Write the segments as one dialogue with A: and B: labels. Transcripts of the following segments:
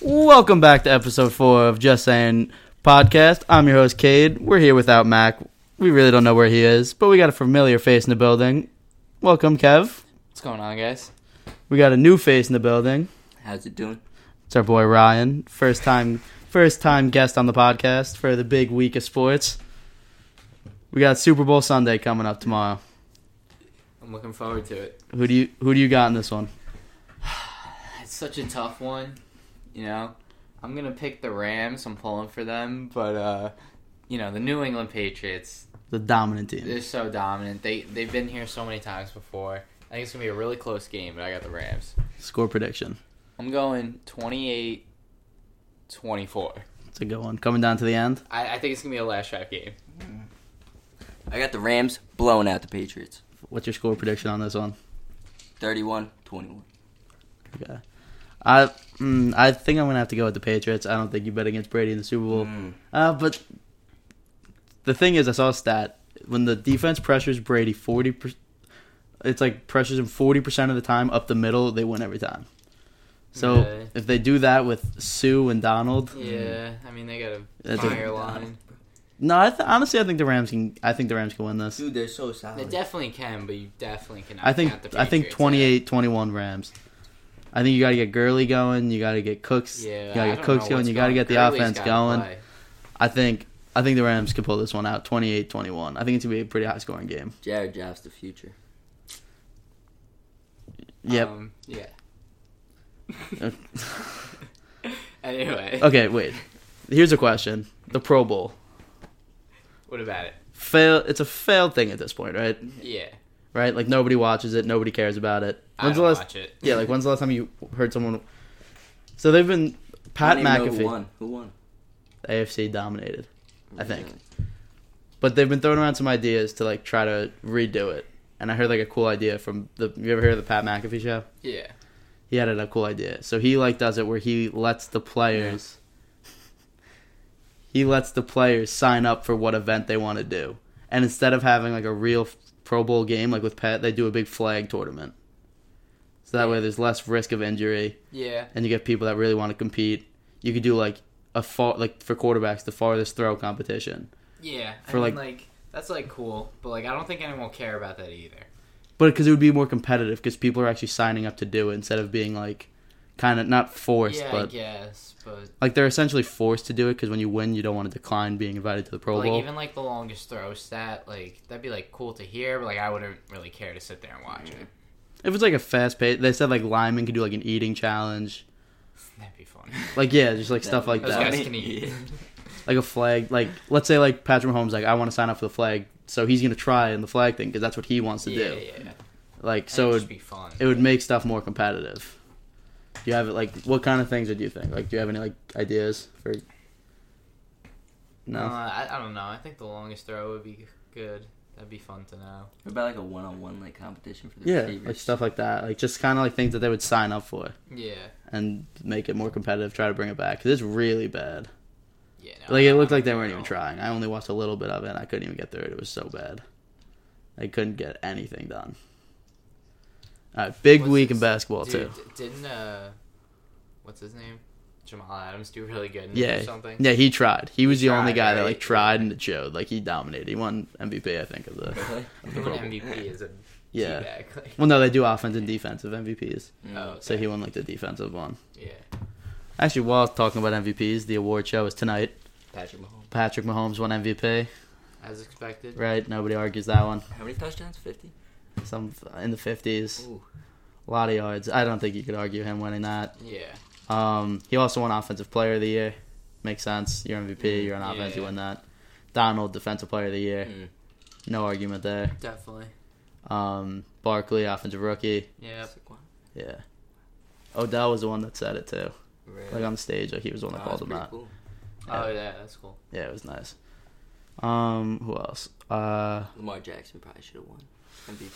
A: Welcome back to episode four of Just Saying Podcast. I'm your host, Cade. We're here without Mac. We really don't know where he is, but we got a familiar face in the building. Welcome, Kev.
B: What's going on, guys?
A: We got a new face in the building.
B: How's it doing?
A: It's our boy Ryan, first time first time guest on the podcast for the big week of sports. We got Super Bowl Sunday coming up tomorrow.
B: I'm looking forward to it.
A: Who do you who do you got in this one?
B: It's such a tough one, you know. I'm gonna pick the Rams. I'm pulling for them, but uh, you know the New England Patriots.
A: The dominant team.
B: They're so dominant. They they've been here so many times before. I think it's gonna be a really close game, but I got the Rams.
A: Score prediction.
B: I'm going 28-24.
A: It's a good one. Coming down to the end.
B: I, I think it's gonna be a last shot game.
C: I got the Rams blowing out the Patriots.
A: What's your score prediction on this one?
C: 31 21.
A: Okay. I mm, I think I'm gonna have to go with the Patriots. I don't think you bet against Brady in the Super
B: Mm.
A: Bowl. Uh, but the thing is, I saw a stat when the defense pressures Brady forty. Per- it's like pressures him forty percent of the time up the middle. They win every time. So
B: Okay.
A: if they do that with Sue and Donald,
B: Yeah, I mean they got a
A: That's a-
B: fire line.
A: no, I th- honestly I think the Rams can. I think the Rams can win this.
C: Dude, they're so
B: They
C: solid.
B: definitely can, but you definitely cannot.
A: I think
B: count the
A: I think
B: Patriots out.
A: 28-21 Rams. I think you got to get Gurley going. You got to get Cooks.
B: Yeah,
A: you
B: I
A: got to get
B: don't
A: Cooks
B: know
A: going.
B: what's
A: You got to get the
B: Gurley's
A: offense
B: gotta
A: going.
B: play.
A: I think I think the Rams could pull this one out 28-21. I think it's gonna be a pretty high scoring game.
C: Jared Jeff's the future.
A: Yep.
B: Um, yeah.
C: Um,
B: Anyway.
A: okay, wait. Here's a question: The Pro Bowl
B: What about it?
A: fail. It's a failed thing at this point, right?
B: Yeah.
A: Right? Like nobody watches it. Nobody cares about it.
B: I
A: the
B: don't
A: last?
B: watch it.
A: Yeah, like when's the last time you heard someone? So they've been Pat
C: I don't even know
A: McAfee.
C: Who won? Who won?
A: AFC dominated, I think. But they've been throwing around some ideas to like try to redo it. And I heard like a cool idea from the. You ever hear of the Pat McAfee show?
B: Yeah.
A: He had a cool idea. So he like does it where he lets the players. He lets the players sign up for what event they want to do, and instead of having like a real f- Pro Bowl game like with Pat, they do a big flag tournament. So that way, there's less risk of injury
B: Yeah.
A: and you get people that really want to compete. You could do like a far like for quarterbacks the farthest throw competition,
B: Yeah. I
A: For, like-
B: mean, like, that's like cool, but like I don't think anyone will care about that either.
A: but because it would be more competitive because people are actually signing up to do it instead of being like kind of not forced,
B: yeah, I
A: but
B: guess, but
A: like they're essentially forced to do it because when you win, you don't want to decline being invited to the Pro
B: like
A: Bowl.
B: even like the longest throw stat, like that'd be like cool to hear, but like I wouldn't really care to sit there and watch it.
A: if it's like a fast pace, they said like linemen could do like an eating challenge, Mm.
B: That'd be fun.
A: like yeah, just like
C: That
A: stuff like
C: would be
B: Those
C: Yeah.
A: that,
B: guys can eat.
A: like a flag. Like let's say like Patrick Mahomes, like I want to sign up for the flag, so he's gonna try in the flag thing because that's what he wants to
B: yeah,
A: do.
B: yeah.
A: Like
B: So
A: so,
B: it'd
A: it,
B: just be fun.
A: it would make stuff more competitive. Do you have it like what kind of things would you think? Like, do you have any like ideas for?
B: Uh,
A: No,
B: I, I don't know. I think the longest throw would be good. That'd be fun to know.
C: What about like a one on one like competition for the
A: yeah,
C: receivers?
A: like stuff like that, like just kind of like things that they would sign up for
B: Yeah.
A: and make it more competitive. Try to bring it back because it's really bad.
B: Yeah. no,
A: Like
B: I
A: it
B: don't
A: looked like
B: think
A: they
B: I
A: weren't even
B: will.
A: trying. I only watched a little bit of it. and I couldn't even get through it. It was so bad. I couldn't get anything done. All right, big
B: What's
A: week
B: his-
A: in basketball
B: Dude,
A: too.
B: d- didn't uh, what's his name, Jamal Adams do really good? In
A: Yeah,
B: or something.
A: yeah, he tried. He was the
B: tried,
A: only guy that
B: right?
A: like tried and it showed. Like he dominated. He won MVP, I think, of the.
C: Really?
B: He
A: the Pro
B: won
A: Bowl.
B: MVP is a
A: Yeah.
B: teabag, like-
A: Well, no, they do offense and defensive MVPs.
C: Mm.
B: oh, okay.
A: So he won like the defensive one.
B: yeah,
A: Actually, while talking about MVPs, the award show is tonight.
C: Patrick Mahomes.
A: Patrick Mahomes won MVP,
B: as expected.
A: right? Nobody argues that one.
C: How many touchdowns? 50?
A: Some in the fifties,
C: Ooh.
A: a lot of yards. I don't think you could argue him winning that.
B: Yeah,
A: Um, he also won Offensive Player of the Year. Makes sense. You're
C: Mm-hmm.
A: MVP. You're on offense. You
B: Yeah.
A: win that. Donald, Defensive Player of the Year.
C: Mm.
A: No argument there.
B: definitely.
A: Um, Barkley, Offensive Rookie.
B: Yeah,
C: Saquon.
A: Yeah. Odell was the one that said it too.
C: Really?
A: Like on stage, like he was the one that
C: Wow,
A: called
C: that's
A: him
C: pretty
A: out.
C: cool.
B: Oh yeah, that's cool.
A: Yeah, it was nice. Um, who else? Uh,
C: Lamar Jackson probably should have won. MVP.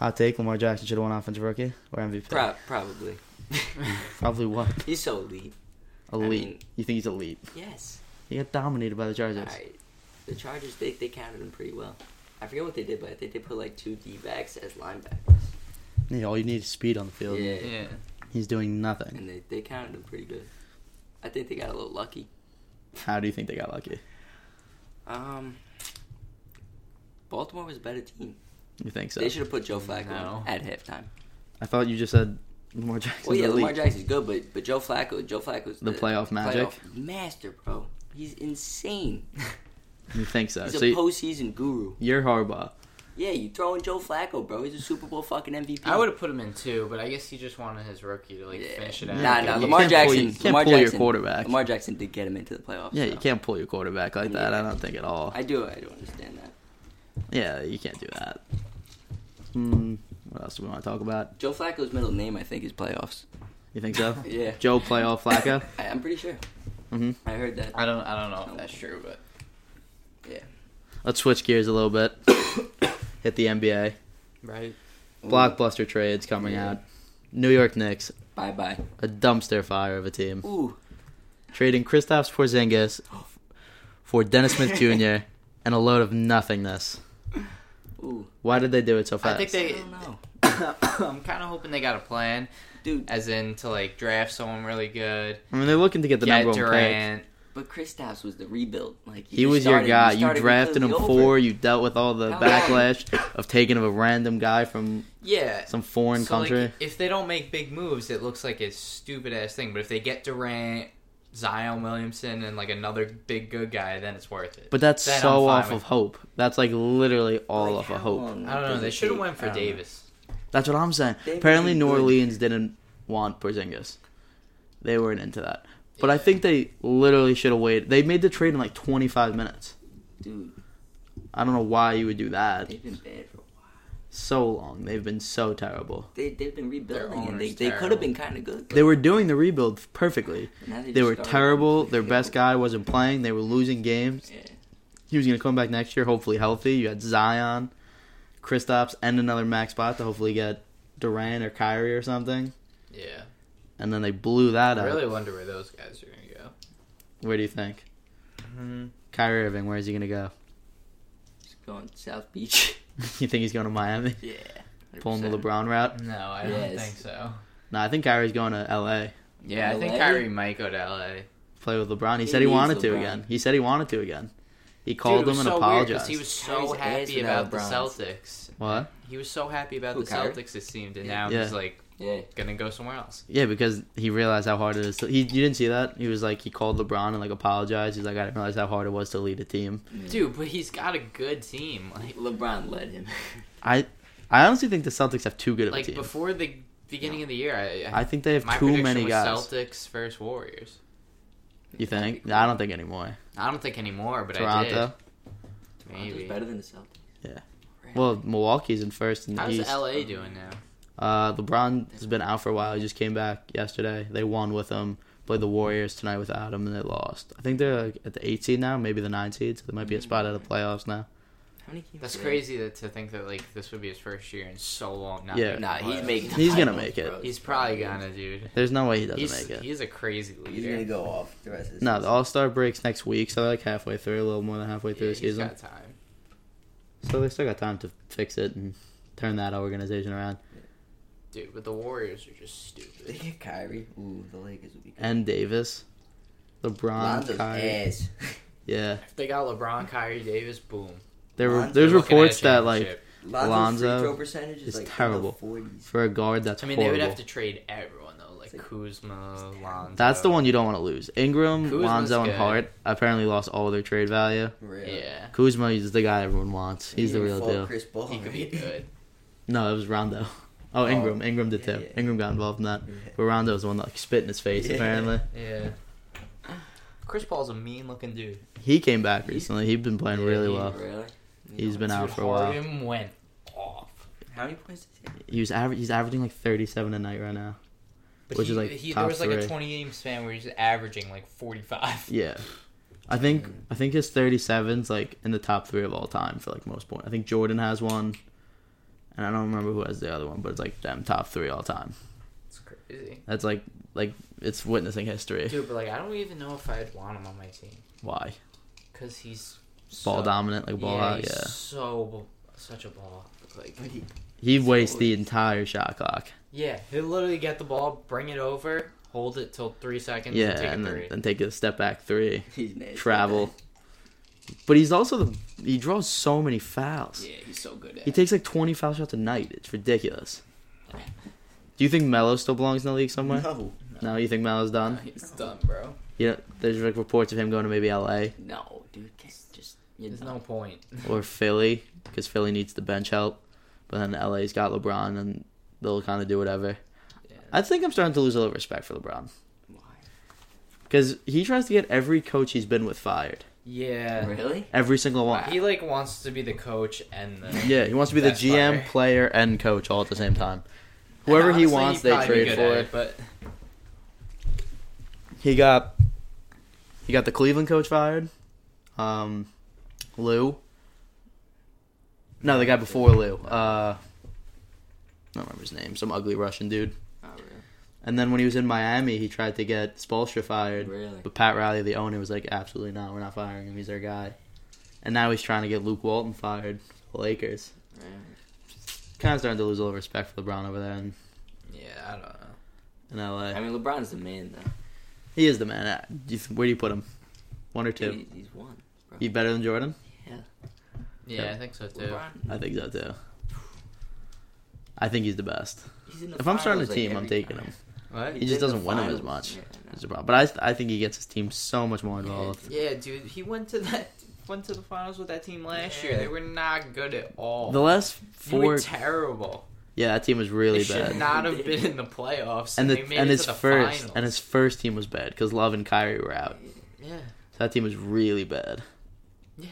A: hot take: Lamar Jackson should have won offensive rookie or MVP.
C: Pro- probably.
A: Probably what?
C: He's so elite.
A: Elite.
C: mean-
A: you think he's elite?
C: Yes.
A: He got dominated by the Chargers.
C: Alright. The Chargers, they, they counted him pretty well. I forget what they did, but I think they put like two D backs as linebackers.
A: Yeah, all you need is speed on the field.
C: Yeah.
B: Yeah,
A: He's doing nothing.
C: And they, they counted him pretty good. I think they got a little lucky.
A: How do you think they got lucky?
C: Um, Baltimore was a better team.
A: You think so?
C: They should have put Joe Flacco
B: No.
C: on at halftime.
A: I thought you just said Lamar Jackson.
C: Well, yeah, Lamar
A: elite.
C: Jackson's good, but but Joe Flacco, Joe Flacco's
A: The playoff magic?
C: playoff master, bro. He's insane.
A: You think so?
C: He's a
A: so you-
C: postseason guru.
A: you're Harbaugh.
C: Yeah, you throw in Joe Flacco, bro. He's a Super Bowl fucking MVP.
B: I would have put him in two, but I guess he just wanted his rookie to like
C: Yeah.
B: finish it out.
C: Nah,
A: You
C: nah.
A: can't
C: Lamar
A: pull-
C: Jackson.
A: you can't
C: Lamar
A: pull your
C: Jackson,
A: quarterback.
C: Lamar Jackson did get him into the playoffs.
A: Yeah,
C: so.
A: you can't pull your quarterback like that. I don't think at all.
C: I do. I do understand that.
A: Yeah, you can't do that. Hmm. What else do we want to talk about?
C: Joe Flacco's middle name, I think, is playoffs.
A: You think so?
C: Yeah.
A: Joe playoff Flacco.
C: I, I'm pretty sure.
A: hmm
C: I heard that.
B: I don't. I don't know if that's true, but
C: Yeah.
A: Let's switch gears a little bit. Hit the NBA.
B: right.
A: Blockbuster trades coming
C: Yeah.
A: out. New York Knicks,
C: Bye bye.
A: a dumpster fire of a team,
C: Ooh.
A: trading Kristaps Porzingis for Dennis Smith Jr. and a load of nothingness.
C: Ooh.
A: Why did they do it so fast?
B: I think
C: I
B: they.
C: don't know.
B: I'm kind of hoping they got a plan,
C: Dude,
B: as in to like draft someone really good,
A: I mean, they're looking to get the
B: get
A: number one pick.
B: Durant.
C: but Kristaps was the rebuild. Like
A: He
C: just
A: was your
C: started-
A: guy. You
C: started
A: drafted him
C: completely
A: for.
C: over.
A: You dealt with all the
C: How long?
A: backlash of taking of a random guy from
B: Yeah.
A: some foreign
B: So, like,
A: country.
B: if they don't make big moves, it looks like it's stupid ass thing. But if they get Durant, Zion Williamson, and like another big good guy, then it's worth it.
A: but that's
B: That I'm
A: so
B: fine
A: off
B: with.
A: of hope. That's like literally all
C: Like,
A: off of
C: how
A: hope.
C: long
B: I don't know.
C: does
B: They
C: it
B: should have
C: take?
B: went
A: I
B: for
A: don't know.
B: Davis.
A: That's what I'm saying.
C: They
A: Apparently,
C: really
A: New
C: good.
A: Orleans didn't want Porzingis. They weren't into that. But I
B: Yeah.
A: think they literally should have waited. They made the trade in like 25 minutes.
C: Dude,
A: I don't know why you would do that.
C: they've been bad for a while.
A: So long. They've been so terrible.
C: They they've been rebuilding, and they,
B: owner's
C: they could have
B: terrible.
C: been kind of good. but
A: They were doing the rebuild perfectly.
C: now
A: They
C: just
A: were
C: started
A: terrible.
C: completely
A: Their best
C: over.
A: guy wasn't playing. They were losing games.
C: Yeah.
A: He was going to come back next year, hopefully healthy. You had Zion, Kristaps, and another max spot to hopefully get Durant or Kyrie or something.
B: Yeah.
A: And then they blew that
B: I
A: up.
B: really wonder where those guys are gonna go.
A: Where do you think? Mm-hmm. Kyrie Irving, where is he going to go?
C: Just going to South Beach.
A: You think he's going to Miami?
C: yeah.
A: Pulling the
C: 100%.
A: LeBron route?
B: No, I don't
C: Yes.
B: think so.
A: No, I think Kyrie's going to LA.
B: Yeah, I think
C: LA?
B: Kyrie might go to LA.
A: Play with LeBron. He,
C: He
A: said he
C: needs
A: wanted to
C: LeBron.
A: again. He said he wanted to again. He called
B: Dude, it was
A: him and
B: so weird 'cause
A: apologized.
B: He was so
C: Kyrie's
B: happy
C: ass without
B: about the
C: LeBron's.
B: Celtics.
A: What?
B: He was so happy about
C: Who,
B: the
C: Kyrie?
B: Celtics, it seemed, and
C: Yeah.
B: now
A: Yeah.
B: he's like
C: Yeah.
B: gonna go somewhere else.
A: Yeah, because he realized how hard it is. To, he you didn't see that. He was like he called LeBron and like apologized. He's like I didn't realize how hard it was to lead a team.
B: Dude, but he's got a good team. Like,
C: LeBron led him.
A: I I honestly think the Celtics have too good of a
B: like
A: team.
B: before the beginning of the year, I, I,
A: I think they have
B: my
A: too
B: prediction
A: many
B: was
A: guys.
B: Celtics versus Warriors.
A: You think? I don't think anymore.
B: I don't think anymore, but I
A: Toronto.
B: did.
C: Toronto's
B: Maybe.
C: better than the Celtics.
A: Yeah.
C: Right.
A: Well, Milwaukee's in first in the
B: How's
A: East.
B: LA doing now?
A: Uh, LeBron has been out for a while. He just came back yesterday. They won with him. Played the Warriors tonight without him, and they lost. I think they're like, at the eight seed now, maybe the nine seed. So they might be a
B: Mm.
A: spot out of the playoffs now.
C: How many games
B: That's
C: did they-
B: crazy that, to think that like this would be his first year in so long. Not
A: Yeah.
B: making
C: Nah,
B: the
C: he's
B: playoffs.
C: making. the
A: He's gonna
C: finals,
A: make it.
C: bro.
B: He's probably gonna, dude.
A: There's no way he doesn't
B: He's,
A: make it.
B: he's a crazy leader.
C: He's gonna go off the rest of the
A: No, the
C: season.
A: All Star breaks next week, so they're like halfway through, a little more than halfway through
B: Yeah,
A: the
B: he's
A: season.
B: got time.
A: So they still got time to fix it and turn that organization around.
B: Dude, but the Warriors are just
D: They
B: stupid.
D: get Kyrie. Ooh, the Lakers would be good.
A: And Davis, LeBron,
D: Lonzo's
A: Kyrie.
D: ass.
A: Yeah,
B: If they got LeBron, Kyrie, Davis, boom.
A: there were
D: Lonzo
A: there's
B: They're looking at a
A: reports that like
B: championship.
D: Lonzo's
A: Lonzo
D: free throw percentage is,
A: is
D: like
A: terrible.
D: Forties.
A: for a guard that's
B: I mean,
A: horrible.
B: they would have to trade everyone though,
D: It's
B: like
D: like-
B: Kuzma, Lonzo.
A: That's the one you don't want to lose. Ingram,
B: Kuzma's
A: Lonzo, and
B: good.
A: Hart apparently lost all their trade value.
B: Yeah,
A: Kuzma is the guy everyone wants. He's the real deal.
D: Chris Paul.
B: he could be good.
A: No, it was Rondo. Oh, Ingram. Ingram did too.
D: yeah, yeah.
A: Ingram got involved in that.
D: Yeah.
A: But Rondo was the one that like, spit in his face,
D: Yeah.
A: apparently.
B: Yeah. Chris Paul's a mean looking dude.
A: He came back recently. He's been playing
B: Yeah,
A: really
B: he-
A: well.
C: Really?
A: He's been out
B: Dude,
A: for a while.
B: Harden went off.
C: How many points did he
A: He was aver- he's averaging like 37 a night right now.
B: But
A: Which
B: he,
A: is, like,
B: he,
A: top
B: there was like
A: three.
B: a 20 game span where he's averaging like 45.
A: Yeah. I think I think his 37's like in the top 3 of all time for like most points. I think Jordan has one. And I don't remember who has the other one, but it's like them top 3 all time.
B: It's crazy.
A: That's like like it's witnessing history.
B: Dude, but like, I don't even know if I'd want him on my team.
A: Why?
B: Because he's.
A: Ball
B: so-
A: dominant, like ball
B: yeah,
A: out,
B: he's
A: yeah.
B: So. b- Such a ball. Like,
D: But he-
A: He
C: he's
A: wastes
C: always-
A: the entire shot clock.
B: yeah, he'll literally get the ball, bring it over, hold it till three seconds.
A: yeah,
B: and take
A: and
B: a
A: then,
B: three.
A: then take a step back three,
C: He's nasty.
A: travel. But he's also the he draws so many fouls.
B: yeah, he's so good at.
A: He
B: it.
A: takes like twenty foul shots a night. It's ridiculous. Do you think Melo still belongs in the league somewhere?
E: No.
A: No, you think Melo's done?
B: He's done, bro.
A: You know, there's like reports of him going to maybe LA
C: No, dude, can't just. You
B: There's
C: know.
B: no point.
A: or Philly because Philly needs the bench help, but then LA's got LeBron and they'll kind of do whatever.
B: Yeah.
A: I think I'm starting to lose a little respect for LeBron
C: Why?
A: because he tries to get every coach he's been with fired,
B: Yeah.
C: Really?
A: every single one.
B: He like wants to be the coach and the
A: Yeah, he wants to be the
B: That's
A: GM,
B: fire.
A: player, and coach all at the same time. Whoever he
B: Honestly,
A: wants, they
B: probably
A: trade
B: good
A: for.
B: at it, but
A: He got he got the Cleveland coach fired. Um, Lou. No, the guy before Lou. Uh, I don't remember his name. Some ugly Russian dude.
C: Not really.
A: And then when he was in Miami, he tried to get Spolstra fired,
C: Really?
A: but Pat Riley, the owner, was like, "Absolutely not. We're not firing him. He's our guy." And now he's trying to get Luke Walton fired. The Lakers kind of starting to lose a little respect for LeBron over there in,
B: yeah, I don't know.
A: in LA.
C: I mean, LeBron's the man, though.
A: He is the man. Uh, do you th- Where do you put him? One or two?
C: Dude, he's one. Bro.
A: You better than Jordan?
C: Yeah.
B: Yeah,
A: Yeah.
B: I think so too.
C: LeBron,
A: I think so too. I think he's the best.
C: he's in the
A: If I'm starting a
C: finals, like,
A: team, I'm
C: every
A: taking
C: time.
A: him.
B: What?
A: He
C: He's
A: just
C: in the
A: doesn't win 'em as
C: finals.
A: much.
C: Yeah, I know.
A: It's a problem. But I, th- I think he gets his team so much more involved.
B: Yeah, dude, he went to that went to the finals with that team last
C: Yeah.
B: year. They were not good at all.
A: The last
B: they were
A: four,
B: terrible.
A: yeah, that team was really
B: they should
A: bad.
B: not have been in the playoffs.
A: and
B: And,
A: the,
B: they made
A: and
B: it
A: his
B: to the
A: first
B: finals.
A: and his first team was bad because Love and Kyrie were out.
B: yeah,
A: So that team was really bad.
B: yeah.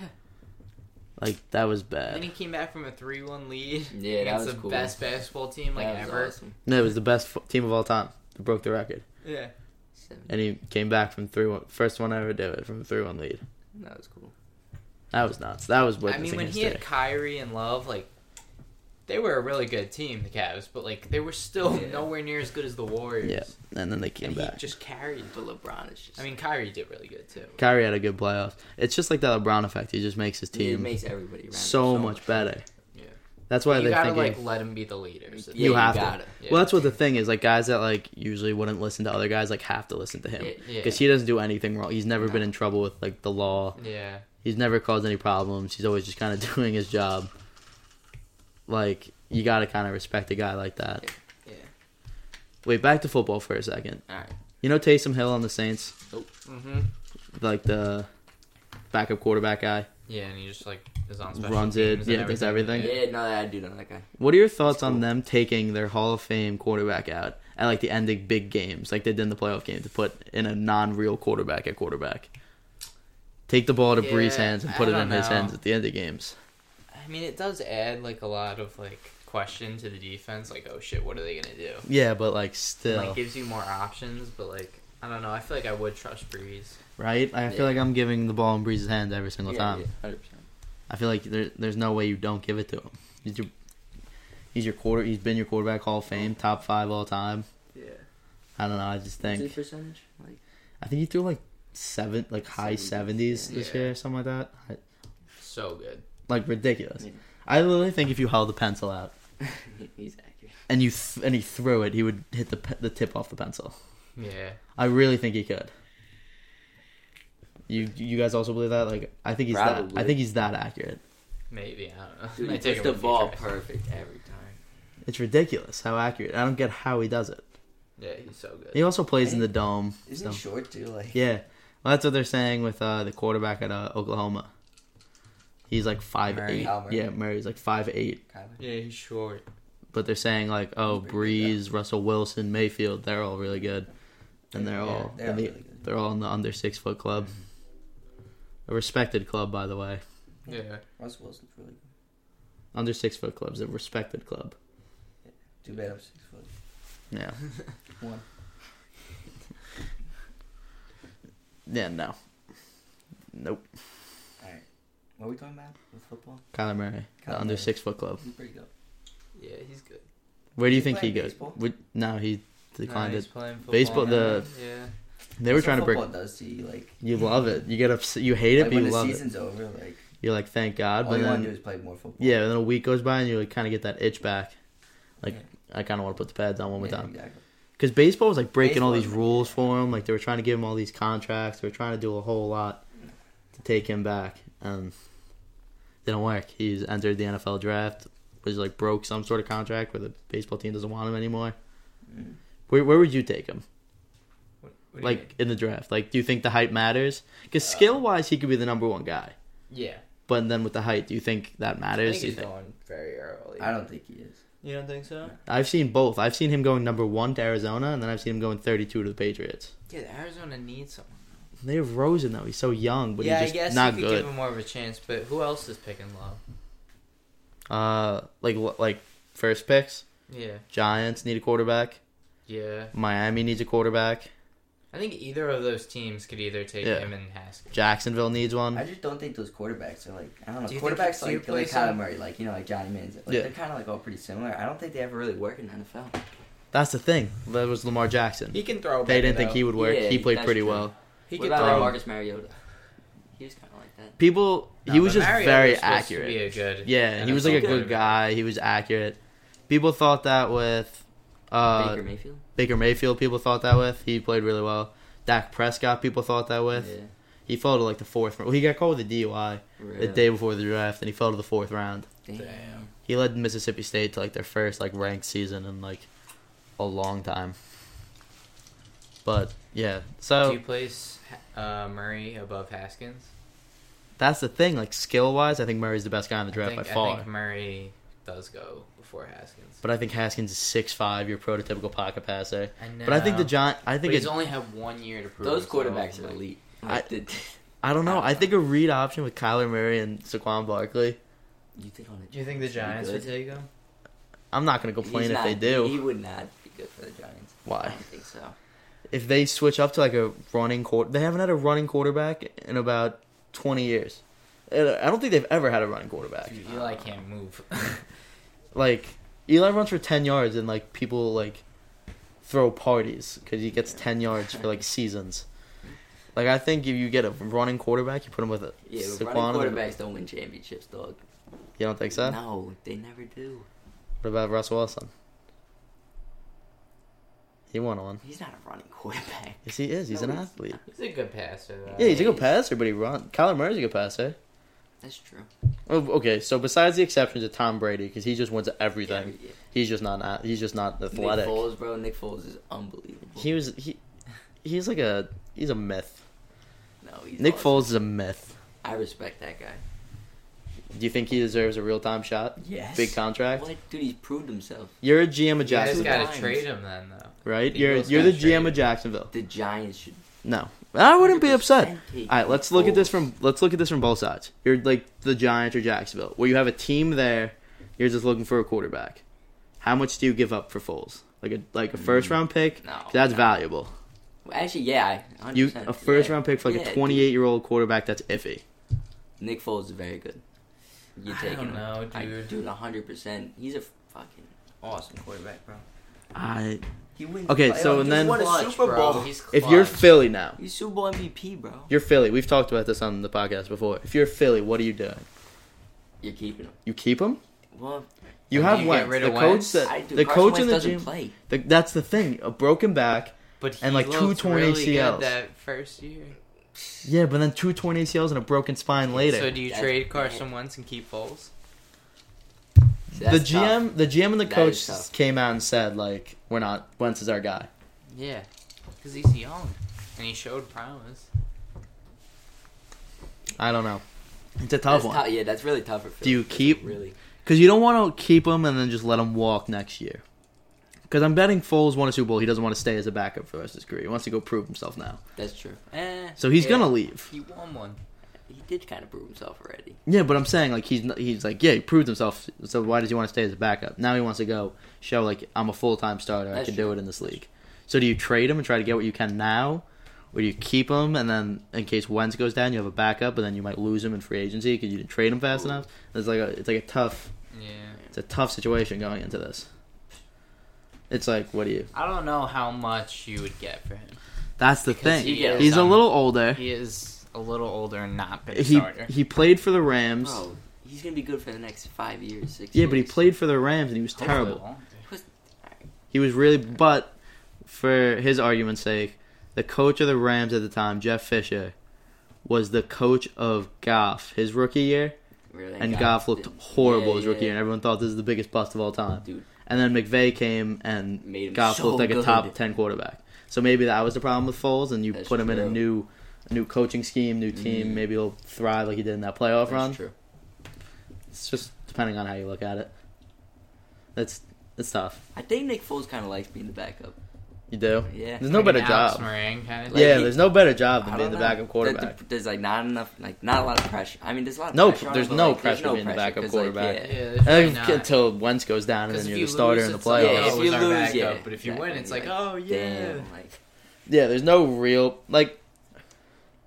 A: Like that was
B: Then
A: bad.
B: he came back from a three-one lead.
C: Yeah, that
B: against
C: was
B: the
C: cool.
B: best basketball team like
C: That was
B: ever.
C: awesome.
A: No, it was the best f- team of all time. It broke the record,
B: Yeah,
C: Seven.
A: and he came back from three one. First one I ever did it from a three one lead.
C: That was cool.
A: That was nuts. That was
B: I mean
A: witnessing
B: when he
A: history.
B: had Kyrie and Love, like they were a really good team, the Cavs, but like they were still
C: Yeah.
B: nowhere near as good as the Warriors.
A: Yeah, and then they came
B: and he
A: back.
B: just carried.
C: But LeBron is just.
B: I mean, Kyrie did really good too.
A: Kyrie had a good playoff. It's just like that LeBron effect. He just makes his
C: dude, it
A: team
C: makes everybody around
A: so,
C: him
A: much, better.
B: Yeah.
A: That's why
B: you
A: they
B: gotta
A: think.
B: like let him be the leader. So
A: You
C: Yeah,
A: have to.
C: gotta.
B: Yeah.
A: Well, that's what the thing is. Like guys that like usually wouldn't listen to other guys like have to listen to him
C: Yeah,
B: yeah.
A: because he doesn't do anything wrong. He's never been in trouble with like the law.
B: yeah,
A: He's never caused any problems. He's always just kind of doing his job. Like you gotta kind of respect a guy like that.
B: yeah.
A: Wait, back to football for a second.
C: Alright.
A: You know Taysom Hill on the Saints,
B: Mm-hmm.
A: like the backup quarterback guy.
B: Yeah, and he just like is on special
A: Runs it,
B: teams and
A: yeah, does everything.
C: Yeah, no, I do know that guy.
A: What are your thoughts
C: cool.
A: on them taking their Hall of Fame quarterback out at like the end of big games, like they did in the playoff game, to put in a non-real quarterback at quarterback? Take the ball to Brees'
B: Yeah,
A: hands and
B: I
A: put it
B: don't
A: in his
B: know.
A: hands at the end of games.
B: I mean, it does add like a lot of like question to the defense. Like, oh shit, what are they gonna do?
A: Yeah, but like
B: And,
A: still,
B: Like, gives you more options, but like, I don't know. I feel like I would trust Breeze.
A: right? I feel
C: Yeah.
A: like I'm giving the ball in Brees' hands every single
C: yeah,
A: time.
C: yeah, 100%.
A: I feel like there, there's no way you don't give it to him. He's your, he's your quarter. He's been your quarterback Hall of Fame, top five all time.
B: Yeah.
A: I don't know. I just
C: What's his
A: think.
C: percentage? Like,
A: I think he threw like seven, like high
C: Seventies,
A: seventies
B: yeah.
A: this year, or something like that. I-
B: So good.
A: like ridiculous.
C: Yeah.
A: I literally think if you held the pencil out
C: he's accurate.
A: and you th- and he threw it, he would hit the pe- the tip off the pencil.
B: Yeah.
A: I really think he could. You you guys also believe that? Like I think he's that. I
C: Probably.
A: think he's that accurate.
B: Maybe I don't know.
C: Dude,
B: I
C: he
B: take
C: puts
B: it
C: the
B: with me
C: ball
B: first.
C: perfect every time.
A: It's ridiculous how accurate. I don't get how he does it.
B: Yeah, he's so good.
A: He also plays in the dome.
E: Isn't
A: so-
E: he short too? Like
A: Yeah, well, that's what they're saying with uh, the quarterback at uh, Oklahoma. He's like five
E: Murray,
A: eight.
E: Al Murray.
A: Yeah, Murray's like five eight.
E: Kyler.
B: Yeah, he's short.
A: But they're saying like, oh,
E: He's pretty good,
A: Breeze, Russell Wilson, Mayfield, they're all really good, and they're
E: Yeah,
A: all
E: they're
A: in the-
E: really good.
A: They're all in the under six foot club. A respected club, by the way.
B: Yeah.
E: Russ Wilson's really good.
A: Under six foot club's a respected club.
E: Too bad I'm six foot.
A: Yeah.
E: One.
A: Yeah, no. Nope.
E: Alright. What are we talking about with football?
A: Kyler Murray. the
E: Kyler
A: under
E: Murray.
A: six foot club.
E: He's pretty good.
B: Yeah, he's good.
A: Where do you
E: He
A: think he
E: playing
A: goes?
E: baseball?
A: Would, no, he declined
B: No, he's
A: it.
B: playing football
A: Baseball-
B: now.
A: the-
B: yeah.
A: They were
E: That's what
A: trying to break.
E: football does to you. Like
A: You love it. You get upset. You hate it,
E: like,
A: but
E: when
A: you
E: the
A: love it.
E: season's over, like
A: You're like, thank God.
E: all
A: But
E: you want to do
A: then,
E: is play more football.
A: yeah, then a week goes by and you like, kind of get that itch back. Like,
E: Yeah.
A: I kind of want to put the pads on one more
E: Yeah,
A: time.
E: Exactly.
A: because baseball was like breaking all these
C: Baseball is-
A: rules for him. Like they were trying to give him all these contracts. They were trying to do a whole lot to take him back, and didn't work. He's entered the NFL draft, was like broke some sort of contract where the baseball team doesn't want him anymore.
F: Mm.
A: Where where would you take him?
B: What, what do you
A: Like in the draft? Like do you think the height matters? Because skill wise, he could be the number one guy.
B: mean? yeah,
A: But then with the height, do you think that
B: I
A: matters?
B: think
A: Do you
B: he's
A: think-
B: going very early.
F: I don't think he is.
B: You don't think so?
A: I've seen both. I've seen him going number one to Arizona, and then I've seen him going 32 to the Patriots.
G: Yeah, Arizona needs someone.
A: They have Rosen though. He's so young, but
B: yeah,
A: he's just
B: I guess
A: not
B: you could
A: good.
B: give him more of a chance. But who else is picking low?
A: Uh, like like first picks.
B: Yeah,
A: Giants need a quarterback.
B: yeah.
A: Miami needs a quarterback.
B: I think either of those teams could either take
A: Yeah.
B: him and Haskins.
A: Jacksonville needs
F: I
A: one.
F: just don't think those quarterbacks are like I don't know.
B: Do you think
F: quarterbacks
B: you- do you
F: like they're like
B: play
F: Kyler
B: some-
F: Murray, like you know, like Johnny Manziel. Like,
A: Yeah.
F: They're kind of like all pretty similar. I don't think they ever really work in the NFL.
A: That's the thing. That was Lamar Jackson.
B: He can throw.
A: They didn't think he would work.
C: Yeah,
A: he played
C: that's
A: pretty
C: true.
A: well.
B: He
C: what
B: could
C: about like
B: throw.
C: Marcus Mariota? He was kind of like that.
A: People,
B: No,
A: he was
B: but
A: just
B: Mariota
A: very
B: was supposed to
A: accurate.
B: be a good
A: yeah, he was like a
B: NFL
A: good
B: quarterback.
A: guy. He was accurate. People thought that with uh,
C: Baker Mayfield.
A: Baker Mayfield, people thought that with. He played really well. Dak Prescott, people thought that with.
C: yeah,
A: He fell to like the fourth. round. Well, he got caught with a DUI
C: really.
A: the day before the draft, and he fell to the fourth round.
C: Damn.
B: Damn.
A: He led Mississippi State to like their first like ranked season in like a long time. But yeah,
B: Do
A: so
C: Oh.
B: you place uh, Murray above Haskins?
A: that's the thing. Like skill wise, I think Murray's the best guy in the
B: I
A: draft
B: think,
A: by
B: I
A: far.
B: think Murray does go before Haskins.
A: but I think Haskins is six five, your prototypical pocket passer.
B: I know.
A: But I think the Giant. I
B: But
A: think
B: he's
A: it's,
B: only had one year to prove
C: uh, Those
B: himself.
C: quarterbacks are
B: Like,
C: elite.
A: I-
C: Like, did-
A: I don't know. I think a read option with Kyler Murray and Saquon Barkley.
C: you think on the
B: Do you think the Giants
C: Good.
B: would take him?
A: I'm not gonna
C: He's
A: complain if
C: not-
A: they do.
C: He would not be good for the Giants. I
A: Why?
C: don't think so.
A: if they switch up to like a running quarter, they haven't had a running quarterback in about 20 years. And I don't think they've ever had a running quarterback.
B: Dude, Eli can't move.
A: Like Eli runs for 10 yards and like people like throw parties because he gets 10 yards for like seasons. Like I think if you get a running quarterback, you put him with a
C: Yeah, but
A: Saquon
C: running
A: and-
C: quarterbacks don't win championships, dog.
A: You don't think so?
C: No, they never do.
A: What about Russell Wilson? He won one.
C: He's not a running quarterback.
A: Yes, he is. He's
C: No,
A: an
C: he's
A: athlete.
B: he's a good passer, though.
A: Yeah, he's a
C: he
A: good
C: is.
A: passer, but he run. Kyler Murray's a good passer.
C: That's true.
A: Oh, okay, so besides the exceptions of Tom Brady, because he just wins everything,
C: Yeah, yeah.
A: he's just not a- he's just not athletic.
C: Nick Foles, bro. Nick Foles is unbelievable.
A: He was he, he's like a he's a myth.
C: no, he's
A: Nick
C: awesome.
A: Foles is a myth.
C: I respect that guy.
A: Do you think he deserves a real time shot,
F: Yes.
A: big contract?
C: What, dude? He's proved himself.
A: You're a GM
B: You
A: of
B: guys
A: Jacksonville,
B: gotta
C: Times.
B: trade him then, though.
A: right?
B: The
A: You're
B: Eagles
A: you're the
B: gotta
A: GM
B: trade
A: of
B: him.
A: Jacksonville.
C: The Giants should.
A: No, I wouldn't be upset.
C: 100% take
A: All right,
C: Nick
A: let's look at this
C: Foles.
A: from let's look at this from both sides. You're like the Giants or Jacksonville, where you have a team there. You're just looking for a quarterback. How much do you give up for Foles? Like a like a first round pick?
C: No,
A: That's
C: no.
A: valuable.
C: Well, Actually, yeah, I- 100%,
A: You a first
C: yeah.
A: round pick for like
C: Yeah,
A: a
C: dude.
A: 28 year old quarterback that's iffy.
C: Nick Foles is very good. You're
B: I
C: taking
B: don't
C: him.
B: know,
C: I-
B: dude.
C: dude, 100. percent He's a fucking.
F: Awesome quarterback, bro.
A: I
F: He wins.
A: Okay,
F: Like,
A: so
F: he
A: and
F: just
A: then-
F: won a
B: Clutch,
F: Super
B: bro.
F: Bowl.
B: He's
A: if you're
B: clutch.
A: Philly now,
C: He's Super Bowl MVP, bro.
A: you're Philly. We've talked about this on the podcast before. If you're Philly, what are you doing?
C: You're keeping him.
A: You keep him.
C: Well,
A: You
B: And
A: have
B: you get
A: Wentz.
B: rid
A: The
B: of
A: coach
B: Wentz?
A: that
C: I do.
A: the
C: Carson
A: coach
C: Wentz
A: and the
C: doesn't
A: gym.
C: play.
A: the- that's the thing. A broken back.
B: but he
A: and, like, two
B: looked
A: torn
B: really good
A: ACLs.
B: that first year.
A: Yeah, but then two torn ACLs and a broken spine later.
B: So do you
C: That's
B: trade
C: bad.
B: Carson Wentz and keep Foles?
C: See,
A: the
C: that's tough.
A: GM, the GM, and the
C: That
A: coach
C: is tough.
A: came out and said like, "We're not. Wentz is our guy."
B: Yeah, because he's young and he showed promise.
A: I don't know. It's a tough
C: That's
A: one.
C: tou- yeah, that's really tough for Philly.
A: you
C: That's
A: keep-
C: really?
A: Because you don't want to keep him and then just let him walk next year. Because I'm betting Foles won a Super Bowl. He doesn't want to stay as a backup for the rest of his career. He wants to go prove himself now.
C: That's true. Eh,
A: So he's
C: yeah.
A: gonna leave.
B: He won one.
C: He did kind of prove himself already.
A: Yeah, but I'm saying like he's not- he's like yeah he proved himself. So why does he want to stay as a backup? Now he wants to go show like I'm a full time starter. I
C: That's
A: can do
C: true.
A: it in this league. So do you trade him and try to get what you can now, or do you keep him and then in case Wentz goes down you have a backup, and then you might lose him in free agency because you didn't trade him fast
C: Ooh.
A: enough. It's like a it's like a tough
B: Yeah.
A: it's a tough situation going into this. It's like what do you?
B: I don't know how much you would get for him.
A: That's the
B: Because
A: thing.
B: you get
A: He's a
B: some-
A: little older.
B: He is a little older and not been a
A: He
B: starter. Oh,
A: he played for the Rams.
C: Bro, he's gonna be good for the next five years, six.
A: Yeah, but he
C: years.
A: played for the Rams and he was
B: Hopefully
A: terrible.
B: won't.
A: He was really, but for his argument's sake, the coach of the Rams at the time, Jeff Fisher, was the coach of Goff his rookie year,
C: Really?
A: and Goff looked horrible
C: Yeah,
A: his rookie
C: yeah.
A: year, and everyone thought this is the biggest bust of all time.
C: Dude.
A: And then McVay came and
C: Made him
A: Goff
C: so
A: looked like a
C: good.
A: top ten quarterback. So maybe that was the problem with Foles, and you
C: That's
A: put him in a
C: true.
A: new, new coaching scheme, new team.
C: Mhm.
A: Maybe he'll thrive like he did in that playoff
C: That's
A: run.
C: true.
A: It's just depending on how you look at it. That's it's tough.
C: I think Nick Foles kind of likes being the backup.
A: You do.
C: Yeah.
A: There's no better job.
B: kind of
C: Like,
A: yeah,
C: he-
A: there's no better job
C: I
A: than being
C: don't
A: the
C: know.
A: backup quarterback.
C: There- There's like not enough, like not a lot of pressure. I mean, there's a lot. Of
A: No,
C: pressure on
A: there's
C: him, but,
A: no
C: like, there's
A: pressure being the backup
C: 'cause, like,
A: quarterback.
B: Yeah,
C: yeah.
A: I
B: there's
A: think
B: really not.
A: until Wentz goes down, and
B: 'Cause
A: then
B: if
A: you're
B: you
A: the starter
B: lose,
A: in the
B: it's like,
A: playoffs.
B: oh,
A: Yeah,
B: it
C: if
B: was
C: you
B: our
C: lose,
B: backup,
C: yeah,
B: but if you
C: exactly.
B: win, it's like,
C: Like,
B: oh yeah.
C: Damn, like
A: there's no real like.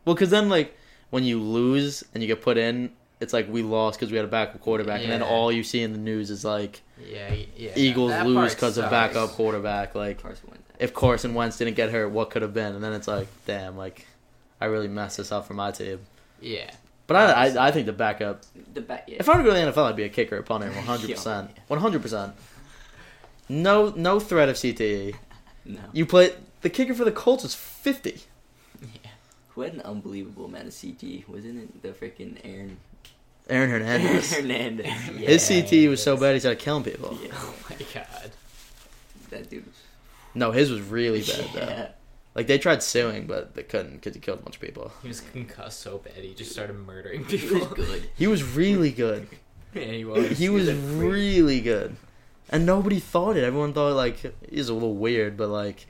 A: Well, because then like when you lose and you get put in, it's like we lost because we had a backup quarterback, and then
B: Yeah.
A: all you see in the news is like
B: Yeah, y- yeah.
A: Eagles
B: that
A: lose
B: part
A: because of
B: sucks.
A: backup quarterback. Like
C: Carson wins that.
A: if Carson Wentz didn't get hurt, what could have been? And then it's like, damn, like I really messed this up for my team.
B: Yeah.
A: But I, I, I think the backup.
C: The back, yeah.
A: If I were to go to the NFL, I'd be a kicker, punter, one hundred percent, one hundred percent. No, no threat of CTE.
C: no,
A: You play the kicker for the Colts was fifty.
C: who had an unbelievable amount of CG? Wasn't it the freaking Aaron
A: Aaron Hernandez.
C: Hernandez? Yeah.
A: His
B: Yeah,
A: CTE was so
B: that's-
A: bad he started killing people.
C: Yeah,
B: Oh my god.
C: that dude.
A: No, his was really
C: Was,
A: bad though.
C: yeah,
A: Like they tried suing, but they couldn't because he killed a bunch of people.
B: He was concussed so bad he just started murdering
C: he was
B: people.
C: good.
A: He was really good.
B: yeah, he was.
A: he was really good, and nobody thought it. Everyone thought like he's a little weird, but like,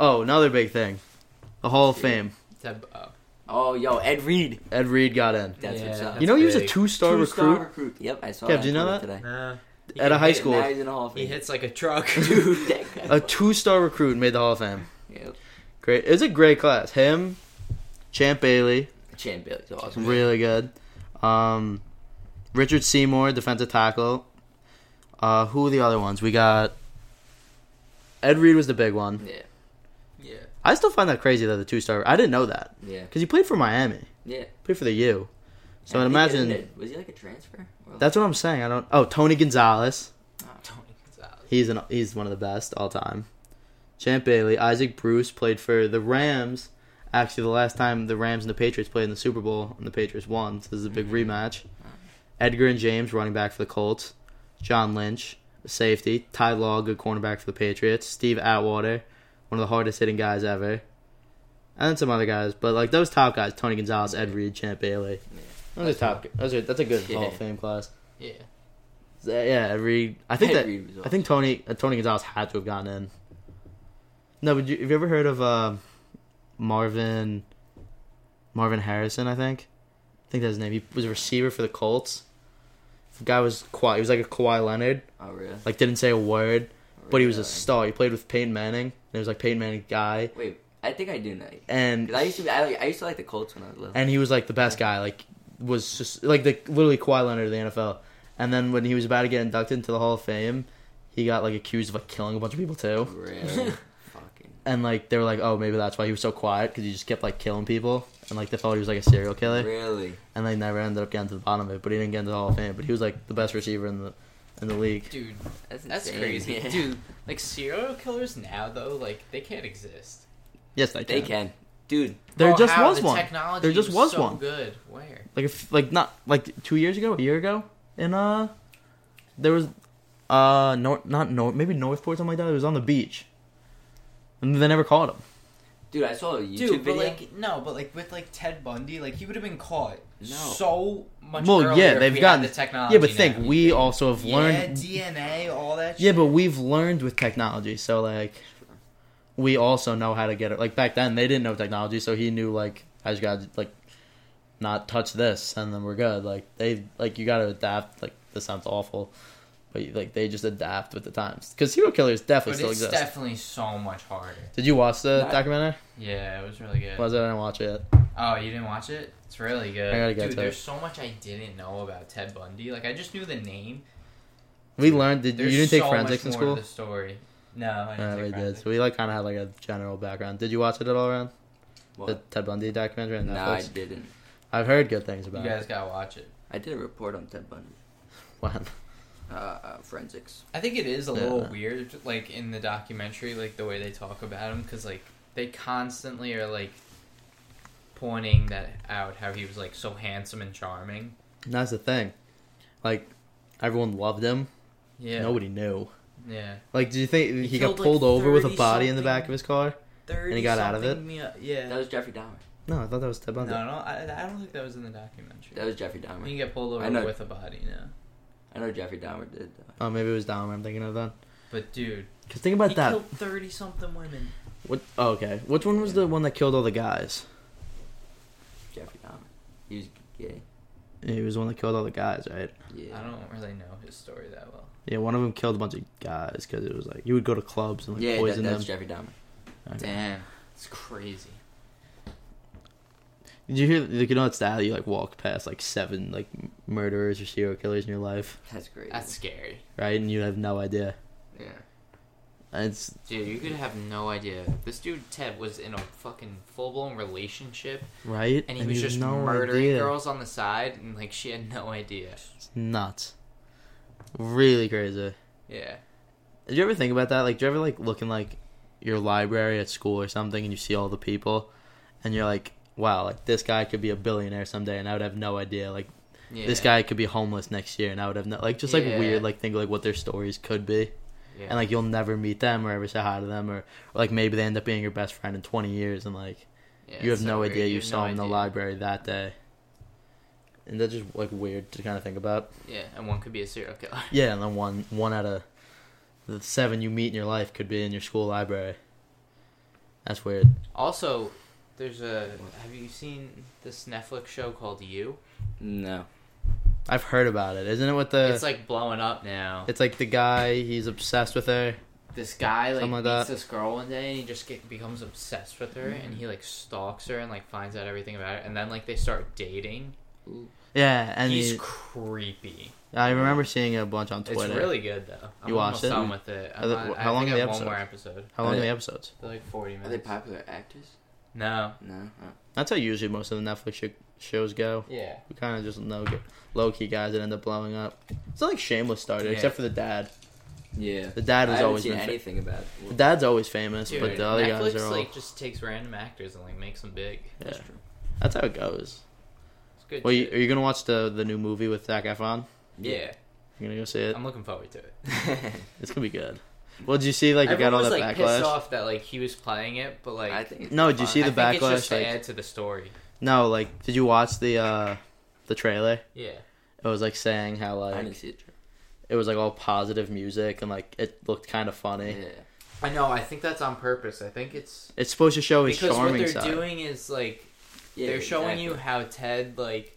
A: oh, another big thing, the Hall of Fame.
B: That- oh.
C: Oh, yo, Ed Reed.
A: Ed Reed got in.
C: That's
B: Yeah,
C: what's up.
B: that's
A: you know he was a
B: big.
A: two-star
C: Two-star
A: recruit
C: recruit. Yep, I saw.
A: Kev,
C: that
A: do you know
C: tweet
A: that?
C: today.
B: Nah. He
A: at a
B: can
A: high
B: hit it.
A: school.
C: Now he's in the Hall of
B: He
C: Fame.
B: hits like a truck.
C: Dude, that guy.
A: A two-star recruit made the Hall of Fame.
C: Yep.
A: Great. It's a great class. Him, Champ Bailey,
C: Champ Bailey's awesome.
A: really good. Um, Richard Seymour, defensive tackle. Uh, who were the other ones? We got Ed Reed was the big one.
C: Yeah,
B: yeah.
A: I still find that crazy that the two-star. I didn't know that
C: yeah,
A: because he played for Miami.
C: yeah.
A: Play for the U. So I'd
C: And I think it
A: imagine
C: ended- Was he like a transfer? Or like-
A: that's what I'm saying. I don't. Oh, Tony Gonzalez.
B: Tony Gonzalez.
A: He's an he's one of the best all time. Champ Bailey, Isaac Bruce played for the Rams. Actually, the last time the Rams and the Patriots played in the Super Bowl, and the Patriots won. So this is a big rematch. Edgar and James, running back for the Colts. John Lynch, safety. Ty Law, good cornerback for the Patriots. Steve Atwater, one of the hardest hitting guys ever. And then some other guys, but like those top guys: Tony Gonzalez, Ed Reed, Champ Bailey. Those are top. Those are that's a good Hall of
C: Yeah.
A: Fame class.
B: Yeah.
A: Uh, Yeah, every I think that
C: Reed was
A: I think Tony uh, Tony Gonzalez had to have gotten in. No, but you, have you ever heard of uh, Marvin Marvin Harrison? I think I think that's his name. He was a receiver for the Colts. The guy was Kawhi. He was like a Kawhi Leonard.
C: awesome. Oh, really?
A: Like didn't say a word, but he was a
C: Really?
A: star. He played with Peyton Manning. And it was like Peyton Manning guy,
C: Wait, I think I do know.
A: and
C: Because I used to, be, I, like, I used to like the Colts when I was little.
A: and he was like the best guy. Like was just like the literally Kawhi Leonard of the NFL. And then when he was about to get inducted into the Hall of Fame, he got like accused of like killing a bunch of people too.
C: Really? Fucking.
A: And like they were like, oh, maybe that's why he was so quiet because he just kept like killing people. And like they thought he was like a serial killer.
C: Really?
A: And they never ended up getting to the bottom of it. But he didn't get into the Hall of Fame. But he was like the best receiver in the in the league.
B: Dude,
C: That's,
B: that's
C: insane.
B: crazy.
C: Yeah.
B: Dude, like serial killers now though, like they can't exist.
A: Yes, they,
C: They
A: can.
C: can. Dude,
A: There
B: Bro,
A: just
B: Oh, how?
A: was
B: The
A: one.
B: Technology
A: There just was
B: so
A: one.
B: Good. Where?
A: Like if like not like two years ago, a year ago, in uh, there was uh north not north maybe Northport something like that. It was on the beach, and they never caught him.
C: dude, I saw a YouTube
B: Dude, but
C: video.
B: like no, but like with like Ted Bundy, like he would have been caught
C: No.
B: so much.
A: Well,
B: earlier
A: yeah,
B: if
A: they've
B: we had
A: gotten-
B: the technology.
A: yeah, but think
B: now.
A: we also have
B: Oh, yeah,
A: learned.
B: DNA, all that.
A: Yeah,
B: shit.
A: but we've learned with technology, so like we also know how to get it. Like back then, they didn't know technology, so he knew like I just got to like not touch this, and then we're good. Like they like you got to adapt. Like this sounds awful, but like they just adapt with the times because serial killers
B: But
A: definitely
B: it's
A: still exist.
B: definitely so much harder.
A: Did you watch the
C: No.
A: documentary?
B: Yeah, it was really good.
A: Was it? I didn't watch it.
B: Oh, you didn't watch it? It's really good.
A: I gotta get
B: Dude,
A: to it.
B: there's so much I didn't know about Ted Bundy. Like I just knew the name.
A: We learned. Did you
B: There's
A: didn't take
B: so
A: forensics
B: much
A: in
B: more to
A: school?
B: The story. No, I didn't
A: Uh, we
B: take
A: did.
B: forensics.
A: So we like kind of had like a general background. Did you watch it at all, around
C: What?
A: The Ted Bundy documentary on
C: no, I
A: Netflix.
C: didn't.
A: I've heard good things
B: You
A: about
B: guys
A: it.
B: gotta watch it.
C: I did a report on Ted Bundy.
A: When?
C: uh, uh, forensics.
H: I think it is a little
A: Yeah.
H: weird, like in the documentary, like the way they talk about him, because like they constantly are like pointing that out how he was like so handsome and charming.
A: And that's the thing. Like, everyone loved him.
H: Yeah.
A: Nobody knew.
H: Yeah.
A: Like, do you think he, got
I: killed, like,
A: pulled over with a
I: 30
A: body in the back
I: something-
A: of his car?
H: And
A: he got out of it?
H: yeah.
I: That was Jeffrey Dahmer.
A: No, I thought that was Ted
H: no,
A: Bundy.
H: no, I, I don't think that was in the documentary.
I: That was Jeffrey
H: I mean,
I: Dahmer.
H: you get pulled
I: I
H: over
I: know.
H: with a body, no.
I: I know Jeffrey Dahmer did. Though.
A: Oh, maybe it was Dahmer I'm thinking of then.
H: But dude,
A: Because think about
H: he
A: that.
H: killed thirty something women.
A: What? Oh, okay. Which one was
C: Yeah.
A: the one that killed all the guys?
I: Jeffrey Dahmer. He was gay.
A: He was the one that killed all the guys, right?
I: Yeah.
H: I don't really know his story that well.
A: Yeah, one of them killed a bunch of guys because it was like you would go to clubs and like
I: yeah, that,
A: poison
I: that's
A: them.
I: Jeffrey Dahmer.
A: Okay.
H: Damn, it's crazy.
A: Did you hear? Like, you know, it's that you like walk past like seven like m- murderers or serial killers in your life,
I: That's crazy.
B: That's scary.
A: right? And you have no idea.
B: Yeah.
A: And it's
B: Dude, you could have no idea. This dude Ted was in a fucking full blown relationship,
A: right,
B: and he
A: And
B: was
A: you have
B: just
A: no
B: murdering
A: idea.
B: girls on the side, and like she had no idea.
A: It's nuts, really crazy.
B: Yeah.
A: Did you ever think about that? Like, do you ever like look in like your library at school or something, and you see all the people, and you're like, wow, like this guy could be a billionaire someday, and I would have no idea. Like.
B: Yeah.
A: this guy could be homeless next year and I would have no like just like
B: Yeah.
A: weird like think like what their stories could be
B: Yeah.
A: and like you'll never meet them or ever say hi to them or, or like maybe they end up being your best friend in 20 years and like
B: Yeah,
A: you have
B: it's so
A: no
B: weird.
A: idea you,
B: have
A: saw
B: no
A: him in the
B: idea.
A: library that day and that's just like weird to kind of think about
B: Yeah, and one could be a serial killer.
A: yeah and then one one out of the seven you meet in your life could be in your school library that's weird
B: Also, there's a. Have you seen this Netflix show called You?
C: No.
A: I've heard about it isn't it with the
B: it's like blowing up now.
A: it's like the guy he's obsessed with her
B: This guy like
A: Something like
B: meets
A: that.
B: this girl one day, and he just get, becomes obsessed with her, and he like stalks her and like finds out everything about it, and then like they start dating.
A: yeah and
B: He's
A: he-
B: creepy.
A: I remember seeing a bunch on Twitter
B: It's really good though. I'm
A: You
B: almost
A: watched it?
B: done with it. I'm
A: Are the-
B: on-
A: how
B: I
A: long
B: think
A: are the
B: I have one more episode.
A: how long
C: Are
A: are
C: they-
A: the episodes
B: They're like 40
I: Are they
B: minutes.
I: popular actors?
B: no.
C: No. Oh.
A: That's how usually most of the Netflix sh- shows go.
B: Yeah.
A: We kind of just know low key guys that end up blowing up. It's not like Shameless started,
B: Yeah.
A: except for the dad.
C: Yeah.
A: The dad
C: I
A: has
C: haven't
A: always
C: seen
A: been. Fa-
C: anything about.
A: the dad's always famous,
B: Dude,
A: but the other
B: Netflix
A: guys are all.
B: like just takes random actors and like makes them big.
A: yeah.
C: true.
A: That's how it goes.
B: It's good.
A: Well, you,
B: shit.
A: are you gonna watch the the new movie with Zac Efron?
B: yeah.
A: You're gonna go see it.
B: I'm looking forward to it.
A: It's gonna be good. Well, did you see like it got
B: Everyone
A: all
B: was
A: that
B: like pissed
A: backlash?
B: off that like he was playing it, but like
C: I think. It's
A: No, did you
C: fun.
A: see
B: I
A: the
B: think it's just
A: backlash,
B: to
A: like-
B: add to the story.
A: No, like did you watch the uh the trailer?
B: Yeah.
A: It was like saying how
C: I
A: like
C: didn't see it.
A: it was like all positive music and like it looked kind of funny.
C: Yeah.
B: I know. I think that's on purpose. I think it's
A: Oh, It's supposed to show his
B: because what
A: charming
B: they're
A: side.
B: doing is like
C: Yeah,
B: they're showing
C: exactly.
B: you how Ted like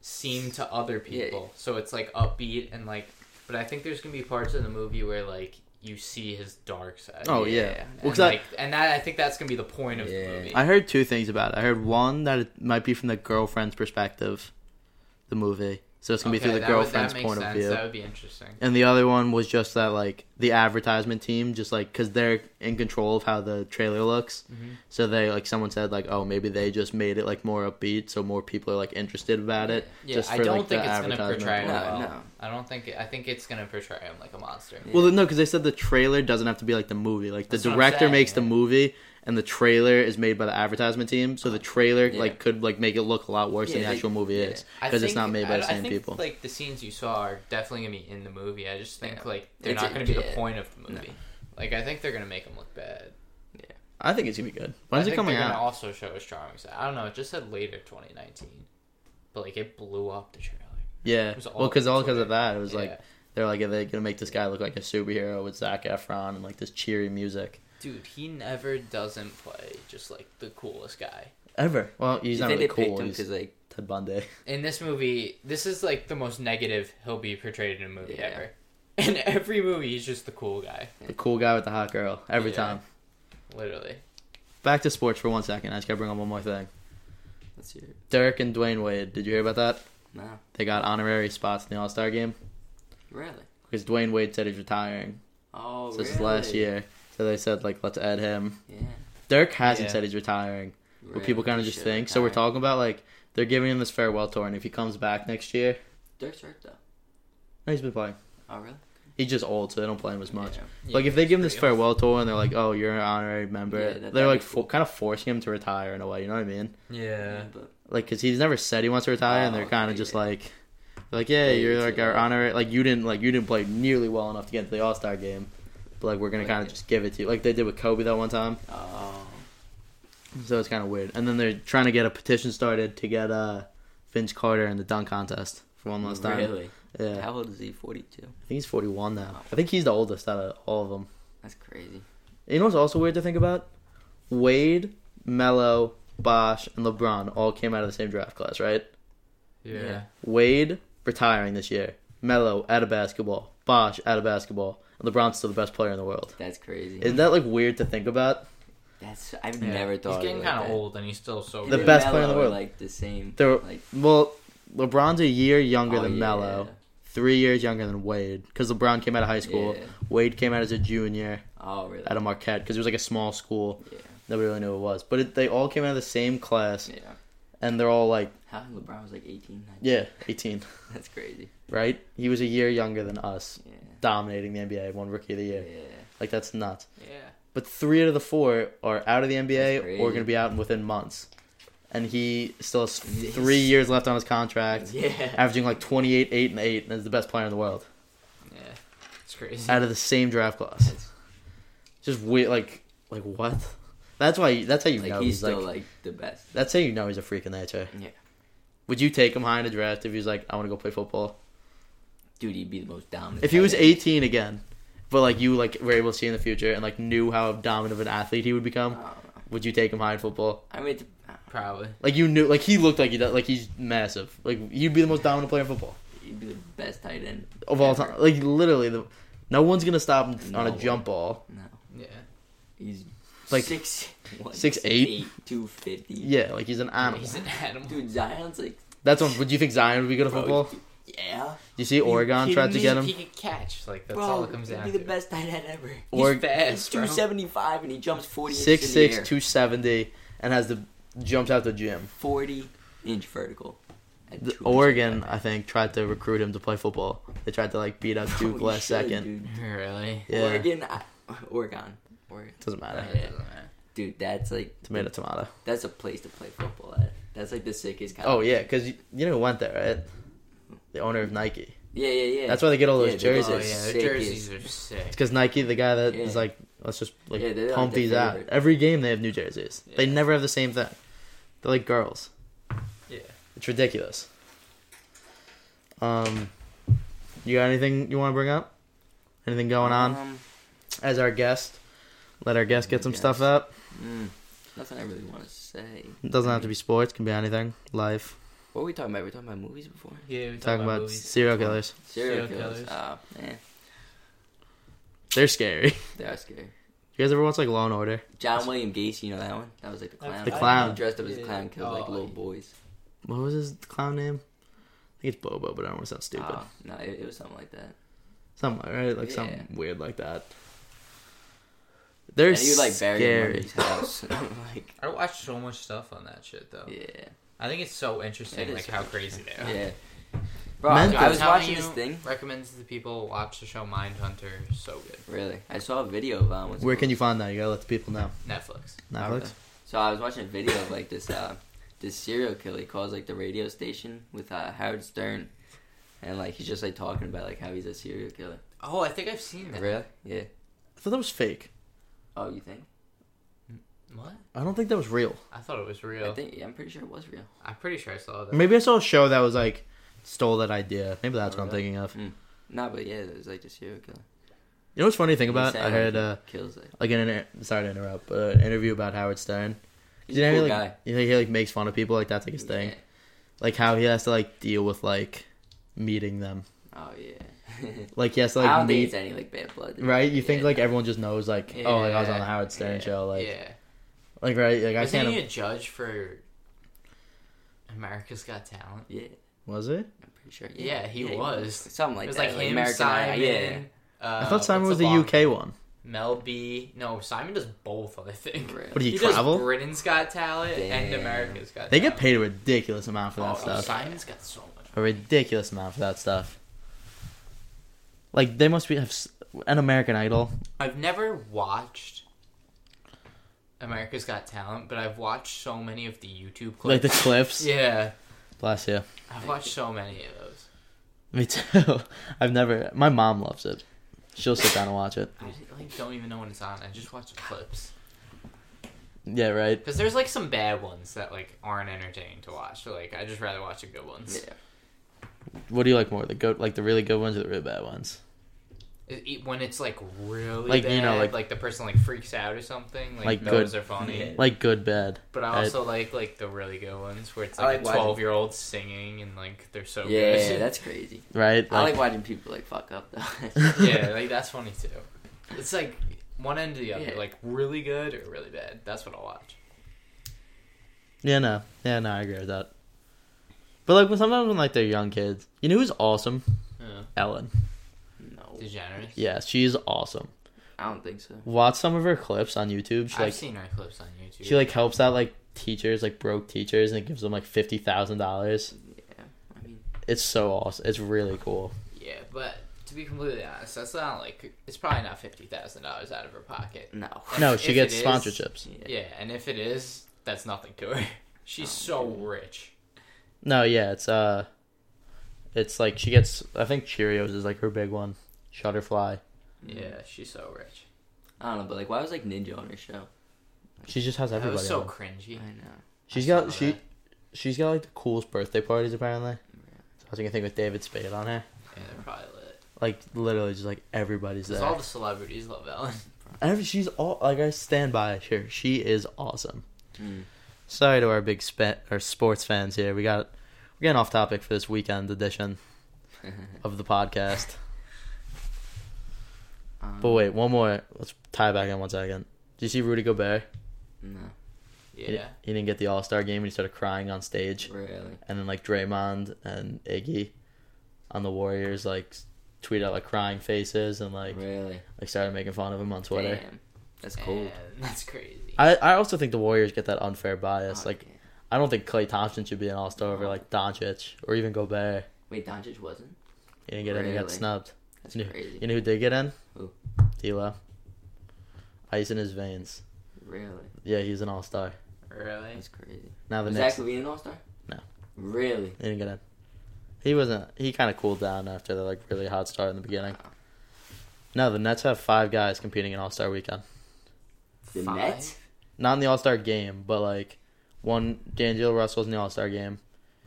B: seemed to other
C: Yeah.
B: people. So it's like upbeat and like but I think there's gonna be parts of the movie where like you see his dark side.
A: Oh, yeah.
B: And,
A: Well, 'cause I-
B: like, and that I think that's gonna be the point of
C: Yeah.
B: the movie.
A: I heard two things about it. I heard one that it might be from the girlfriend's perspective, the movie. So it's gonna be
B: Okay,
A: through the
B: that would- that
A: girlfriend's
B: makes
A: point of
B: sense.
A: view.
B: That would be interesting.
A: And the other one was just that like the advertisement team just like because they're in control of how the trailer looks.
B: Mhm.
A: So they like someone said like oh maybe they just made it like more upbeat so more people are like interested about it.
B: Yeah,
A: just
B: I
A: for,
B: don't
A: like,
B: think
A: the
B: it's gonna
A: advertisement
B: portray him
A: point.
C: No,
B: well.
C: no.
B: I don't think. I think it's gonna portray him like a monster.
C: Yeah.
A: Well, no, because they said the trailer doesn't have to be like the movie. Like the
B: That's what I'm
A: director
B: saying,
A: makes the
B: yeah.
A: movie, and the trailer is made by the advertisement team. So the trailer
C: Yeah.
A: like could like make it look a lot worse than
C: Yeah,
A: the
C: they-
A: actual movie
C: yeah.
A: is
B: I
A: because it's
B: think-
A: not made by
B: I-
A: the
B: I
A: same
B: think,
A: people.
B: Like the scenes you saw are definitely gonna be in the movie. I just think
C: Yeah.
B: like they're
C: It's
B: not
C: a-
B: gonna be the
C: yeah.
B: point of the movie. Like I think they're gonna make him look bad.
A: I think it's gonna be good. When's
B: I
A: it
B: think
A: coming
B: they're
A: out?
B: Gonna also show his charming side. I don't know. It just said later 2019, but like it blew up the trailer.
A: yeah,
B: was all
A: well, because all
B: over
A: because of
B: Twitter.
A: that, it was
B: Yeah.
A: like they're like are they gonna make this guy look like a superhero with Zac Efron and like this cheery music
B: dude, he never doesn't play just like the coolest guy.
A: ever. Well, he's
C: You
A: not
C: think
A: really
C: they picked
A: cool.
C: him
A: He's
C: because like
A: Ted Bundy.
B: In this movie, this is like the most negative he'll be portrayed in a movie
C: Yeah.
B: ever. In every movie, he's just the cool guy,
A: the cool guy with the hot girl every
B: Yeah.
A: time.
B: literally.
A: Back to sports for one second. I just gotta bring up one more thing.
C: let's hear it.
A: Dirk and Dwayne Wade. Did you hear about that?
C: No,
A: They got honorary spots in the All Star game
C: really.
A: because Dwayne Wade said he's retiring
C: Oh,
A: since
C: really?
A: last year. So they said like let's add him.
C: Yeah.
A: Dirk hasn't
B: Yeah.
A: said he's retiring, but
C: really.
A: people kind of just
C: Shit,
A: think. So we're
C: alright.
A: talking about like they're giving him this farewell tour, and if he comes back next year,
C: Dirk's hurt though.
A: no, he's been playing.
C: Oh really?
A: He's just old, so they don't play him as much.
C: Yeah.
A: Like if they give him this
B: real.
A: farewell tour and they're like, "Oh, you're an honorary member,"
C: Yeah, that-
A: they're
C: that'd
A: like
C: be
A: fo- kind of forcing him to retire in a way. You know what I mean?
B: Yeah.
C: but
A: Like because he's never said he wants to retire, and
C: Oh,
A: they're kind of
C: yeah.
A: just like, like, yeah,
C: Yeah,
A: you're
C: it's
A: like
C: a-
A: our honorary. Like you didn't like you didn't play nearly well enough to get into the All Star game, but like we're gonna
C: Like,
A: kind of
C: yeah.
A: just give it to you, like they did with Kobe that one time.
C: oh,
A: So it's kind of weird. And then they're trying to get a petition started to get uh Vince Carter in the dunk contest for one last time.
C: really?
A: Yeah,
C: How old is he? Forty-two.
A: I think he's 41 now. I think he's the oldest out of all of them.
C: That's crazy.
A: You know what's also weird to think about? Wade, Melo, Bosch, and LeBron all came out of the same draft class, right?
B: Yeah.
C: Yeah.
A: Wade retiring this year. Melo out of basketball. Bosch out of basketball. And LeBron's still the best player in the world.
C: That's crazy.
A: Isn't that like weird to think about?
C: That's I've
B: Yeah.
C: never thought.
B: He's getting
C: kind
B: of old, and he's still so.
A: The
B: good.
A: best player in the world.
C: Like the same.
A: They're-
C: like
A: Well, LeBron's a year younger
C: oh,
A: than
C: yeah,
A: Melo, three years younger than Wade, because LeBron came out of high school.
C: yeah.
A: Wade came out as a junior
C: Oh really?
A: out of Marquette because it was like a small school.
C: Yeah.
A: Nobody really knew what it was. But it, they all came out of the same class,
C: Yeah.
A: and they're all like,
C: How LeBron was like 18, 19.
A: yeah, 18,
C: That's crazy.
A: right? He was a year younger than us,
C: Yeah.
A: dominating the NBA, won Rookie of the
C: Yeah.
A: Year. Like that's nuts.
B: Yeah.
A: But three out of the four are out of the
C: That's
A: NBA
C: crazy.
A: or going to be out within months, and he still has
C: Yes.
A: three years left on his contract,
C: Yeah.
A: averaging like 28, eight, and eight, and is the best player in the world
B: Yeah. It's crazy.
A: out of the same draft class.
C: That's-
A: Just weird, like, like what? That's why. That's how you
C: Like
A: know
C: he's
A: he's,
C: still
A: like,
C: like the best.
A: That's how you know he's a freak of nature.
C: Yeah.
A: Would you take him high in the draft if he was like, I want to go play football?
C: Dude, he'd be the most dominant.
A: If he was
C: tight end.
A: 18 again, but like you like were able to see in the future and like knew how dominant of an athlete he would
C: I
A: become,
C: don't know.
A: would you take him high in football?
C: I mean, it-
B: Probably.
A: Like you knew, like he looked like he does, like he's massive. Like you'd be the most dominant player in football
C: he'd be the best tight end
A: of all
C: ever.
A: time. Like literally, the no one's gonna stop him on
C: No
A: a
C: one.
A: jump ball.
C: No,
B: Yeah.
C: he's
A: Like-
C: six, what,
A: six, eight?
C: two fifty.
A: Yeah, like he's an animal.
B: He's an animal.
C: Dude, Zion's like
A: That's one. Would you think Zion would be good at
C: bro,
A: football? Do
C: dude, yeah,
A: you see Oregon tried to get him?
B: He could catch. Like that's
C: bro,
B: all it comes down
C: he'd
B: to.
C: be the best tight end ever.
A: Or-
B: He's fast,
C: He's
B: bro.
C: two seventy five and he jumps forty
A: Six
C: inches in the
A: six
C: air.
A: two seventy, and has the jumps out the gym.
C: forty inch vertical. at
A: The-
C: 275.
A: Oregon, I think, tried to recruit him to play football. They tried to like beat up
C: Bro,
A: Duke
C: you
A: last
C: should,
A: second.
C: Dude.
B: Really.
A: Yeah,
C: Oregon, I, Oregon, Oregon. Oh,
A: doesn't matter.
B: That doesn't matter.
C: Dude, that's like
A: Tomato, tomato.
C: that's a place to play football at. That's like the sickest. Kind
A: Oh
C: of,
A: yeah, because you, you know who went there, right? The owner of Nike.
C: yeah, yeah, yeah.
A: That's why they get all those
C: Yeah, they-
A: jerseys.
B: Oh yeah,
C: Jerseys.
B: the
C: Sick
B: jerseys are sick.
A: Because Nike, the guy that is
C: Yeah.
A: like, let's just like
C: Yeah, they're, like,
A: pump
C: their
A: these out.
C: favorite.
A: Every game they have new jerseys. They
B: Yeah.
A: never have the same thing. They're like girls.
B: Yeah.
A: It's ridiculous. Um, you got anything you want to bring up? Anything going on
C: Um,
A: as our guest? Let our guest get some stuff
C: Guest.
A: out.
C: mm, nothing I really want to say.
A: It doesn't have to be sports. Can be anything. Life.
C: What were we talking about? We were talking about movies before.
B: Yeah. We talk
A: Talking about
B: movies.
A: serial killers.
C: Serial
B: Serial
C: killers.
B: killers.
C: Oh man,
A: They're scary.
C: they are scary.
A: You guys ever watch like Law and Order?
C: John William Gacy, you know that one? That was like the clown.
A: The clown.
C: He dressed up as a
B: Yeah.
C: clown, killed like
B: Oh,
C: little
B: yeah.
C: boys.
A: What was his clown name? I think it's Bobo, but I don't want to sound stupid.
C: Oh, no, it, it was something like that.
A: Something right, like
C: Yeah.
A: something weird like that. They're
C: and he would like bury him
A: scary.
C: in his house. like,
B: I watched so much stuff on that shit though.
C: yeah,
B: I think it's so interesting,
C: It is
B: like how crazy they are.
C: yeah. Bro,
A: Men-
C: I was
B: How
C: watching
B: you
C: this thing.
B: Recommends to people watch the show Mindhunter. So good.
C: Really, I saw a video of um. what's it
A: Where
C: called?
A: can you find that? You gotta let the people know.
B: Netflix.
A: Netflix.
C: So I was watching a video of like this uh this serial killer. He calls like the radio station with uh, Howard Stern, and like he's just like talking about like how he's a serial killer.
B: Oh, I think I've seen that.
C: Really? Yeah.
A: I thought that was fake.
C: Oh, you think?
B: What?
A: I don't think that was real.
B: I thought it was real.
C: I think yeah, I'm pretty sure it was real.
B: I'm pretty sure I saw that.
A: Maybe I saw a show that was like stole that idea. Maybe that's what I'm
C: Really?
A: thinking of. You
C: Nah, but yeah, it was like the serial killer.
A: know what's funny to think
C: He
A: about?
C: said,
A: I heard uh,
C: like, he kills like
A: like an inter- sorry to interrupt, but an interview about Howard Stern.
C: he's
A: you
C: a
A: know,
C: cool
A: he,
C: guy.
A: like, you know, he like makes fun of people like that's like his thing.
C: Yeah.
A: Like how he has to like deal with like meeting them.
C: Oh yeah.
A: Like he has to
C: I
A: like
C: don't think
A: meet
C: it's any like bad blood.
A: right. You think
C: Yeah.
A: like everyone just knows like oh like I was on the
B: Yeah,
A: Howard Stern
C: yeah,
A: show like
B: yeah.
A: like right like I
B: Isn't
A: can't
B: he a judge for America's Got Talent?
C: Yeah,
A: was it.
C: I'm pretty sure.
B: Yeah, he was.
C: Something like
B: it was
C: that.
A: uh,
B: like him,
C: American
B: Simon.
C: Idol, Yeah.
B: Uh,
A: I
C: Oh,
A: thought Simon
B: what's
A: was the
B: blonde-
A: UK one.
B: Mel B. No, Simon does both. I think.
C: Really?
A: What do you
B: he
A: travel?
B: Does Britain's Got Talent and
C: Damn.
B: America's Got.
A: They get
B: Talent.
A: paid a ridiculous amount for that
B: Oh,
A: stuff.
B: Simon's got so much.
A: A ridiculous amount for that stuff. Like they must be have s- an American Idol.
B: I've never watched America's Got Talent, but I've watched so many of the YouTube
A: Like
B: clips.
A: the clips.
B: yeah,
A: Bless you.
B: I've watched so many of those.
A: Me too. I've never. My mom loves it. She'll sit down and watch it.
B: I just, like don't even know when it's on. I just watch the clips
A: Yeah, right.
B: because there's like some bad ones that like aren't entertaining to watch. So like I just rather watch the good ones.
C: Yeah.
A: What do you like more? The good, like the really good ones or the really bad ones?
B: It- it- When it's like really
A: Like,
B: bad,
A: you know, like-
B: the person like freaks out or something. Like,
A: Like,
B: those
A: good-
B: are funny.
C: Yeah.
A: Like good, bad.
B: But I
A: I-
B: also like like the really good ones where it's
C: I
B: like,
C: like
B: a
C: watching-
B: twelve year old singing and like they're so
C: Yeah,
B: good.
C: that's crazy.
A: Right.
C: I like watching people like fuck up though.
B: yeah, like that's funny too. It's like one end to the other,
C: Yeah.
B: like really good or really bad. That's what I'll watch.
A: Yeah, no. Yeah, no. I agree with that. But like when sometimes when like they're young kids, you know who's awesome?
B: Yeah.
A: Ellen.
C: no,
B: Degenerate.
A: Yeah, she's awesome.
C: I don't think so.
A: Watch some of her clips on YouTube. She
B: I've
A: like
B: seen her clips on YouTube.
A: she like helps out like teachers, like broke teachers, and gives them like fifty thousand dollars.
C: Yeah, I mean,
A: It's so awesome. It's really cool.
B: Yeah, but to be completely honest, that's not like it's probably not fifty thousand dollars out of her pocket.
C: no.
A: No, she
B: if
A: gets
B: it is-
A: sponsorships.
C: Yeah.
B: Yeah, and if it is, that's nothing to her. She's so rich.
A: No, yeah, it's uh, it's like she gets. I think Cheerios is like her big one. Shutterfly.
C: Mm-hmm.
B: Yeah, she's so rich.
C: Mm. I don't know, but like, why was like Ninja on her show?
A: She just has
B: That
A: everybody.
B: was so
A: on.
B: cringy.
C: I know.
A: She's
B: I
A: got
B: saw
A: she,
B: that.
A: she's got like the coolest birthday parties apparently. So I was gonna think with David Spade on her,
B: Yeah, they're probably lit.
A: like literally just like everybody's
B: Because
A: there.
B: all the celebrities love Ellen.
A: Every, she's all like I stand by her. She is awesome.
C: Mm.
A: Sorry to our big spe- our sports fans here. We got we're getting off topic for this weekend edition
C: Mm.
A: of the podcast.
C: Um,
A: But wait, one more. Let's tie back in one second. Did you see Rudy Gobert?
C: no,
A: He-
B: Yeah.
A: He, didn't get the All Star game and he started crying on stage.
C: really.
A: And then like Draymond and Iggy on the Warriors like tweeted out like crying faces and like
C: really.
A: like started making fun of him on Twitter.
C: Damn. That's cold.
B: And that's crazy.
A: I, I also think the Warriors get that unfair bias.
C: Oh,
A: like
C: yeah.
A: I don't think Clay Thompson should be an All Star over like Doncic or even Gobert.
C: wait, Doncic wasn't.
A: He didn't get in. He got
C: Really?
A: snubbed.
C: That's
A: You know-
C: crazy.
A: You know who did get in?
C: Who?
A: D'Lo. Ice in his veins.
C: really,
A: Yeah, he's an All Star.
B: really?
C: that's crazy.
A: Now the
C: Was
A: next
C: Zach Levine an All Star?
A: No.
C: Really?
A: He didn't get in. He wasn't. He kind of cooled down after the like really hot start in the beginning.
C: Wow.
A: No, the Nets have five guys competing in All Star Weekend.
C: The
B: Five?
C: Nets?
A: Not in the All Star game, but like one D'Angelo Russell's in the All Star game.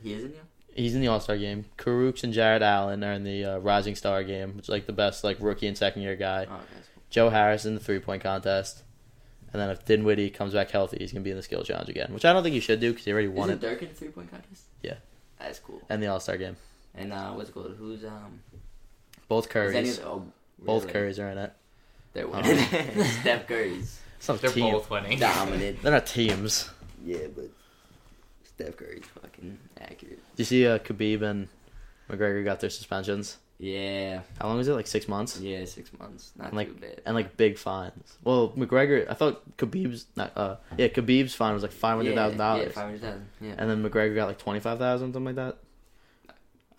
C: He isn't.
A: He's in the All Star game. Karooks and Jared Allen are in the uh, Rising Star game, which is like the best like rookie and second year guy.
C: Oh, that's cool.
A: Joe Harris in the three point contest. And then if Dinwiddie comes back healthy, he's gonna be in the skill challenge again, which I don't think he should do because he already won
C: Isn't
A: it
C: Dirk in three point contest?
A: Yeah.
C: That's cool.
A: in the All Star game.
C: And uh, what's it called? Who's um?
A: Both
C: is any
A: Currys,
C: of- oh,
A: both
C: really?
A: Currys are in it.
C: They're
A: Oh.
C: winning. Steph Curry's
A: It's not a
B: They're
A: team.
B: both winning.
C: dominant.
A: They're not teams.
C: yeah, but Steph Curry's fucking accurate.
A: Do you see uh, Khabib and McGregor got their suspensions?
C: Yeah,
A: How long was it? Like six months?
C: yeah, six months, not
A: And like
C: too bad.
A: and like big fines. Well, McGregor, I thought Khabib's not. Uh, yeah, Khabib's fine was like five hundred thousand
C: Yeah,
A: dollars,
C: five hundred thousand. Yeah,
A: and then McGregor got like twenty five thousand, something like that.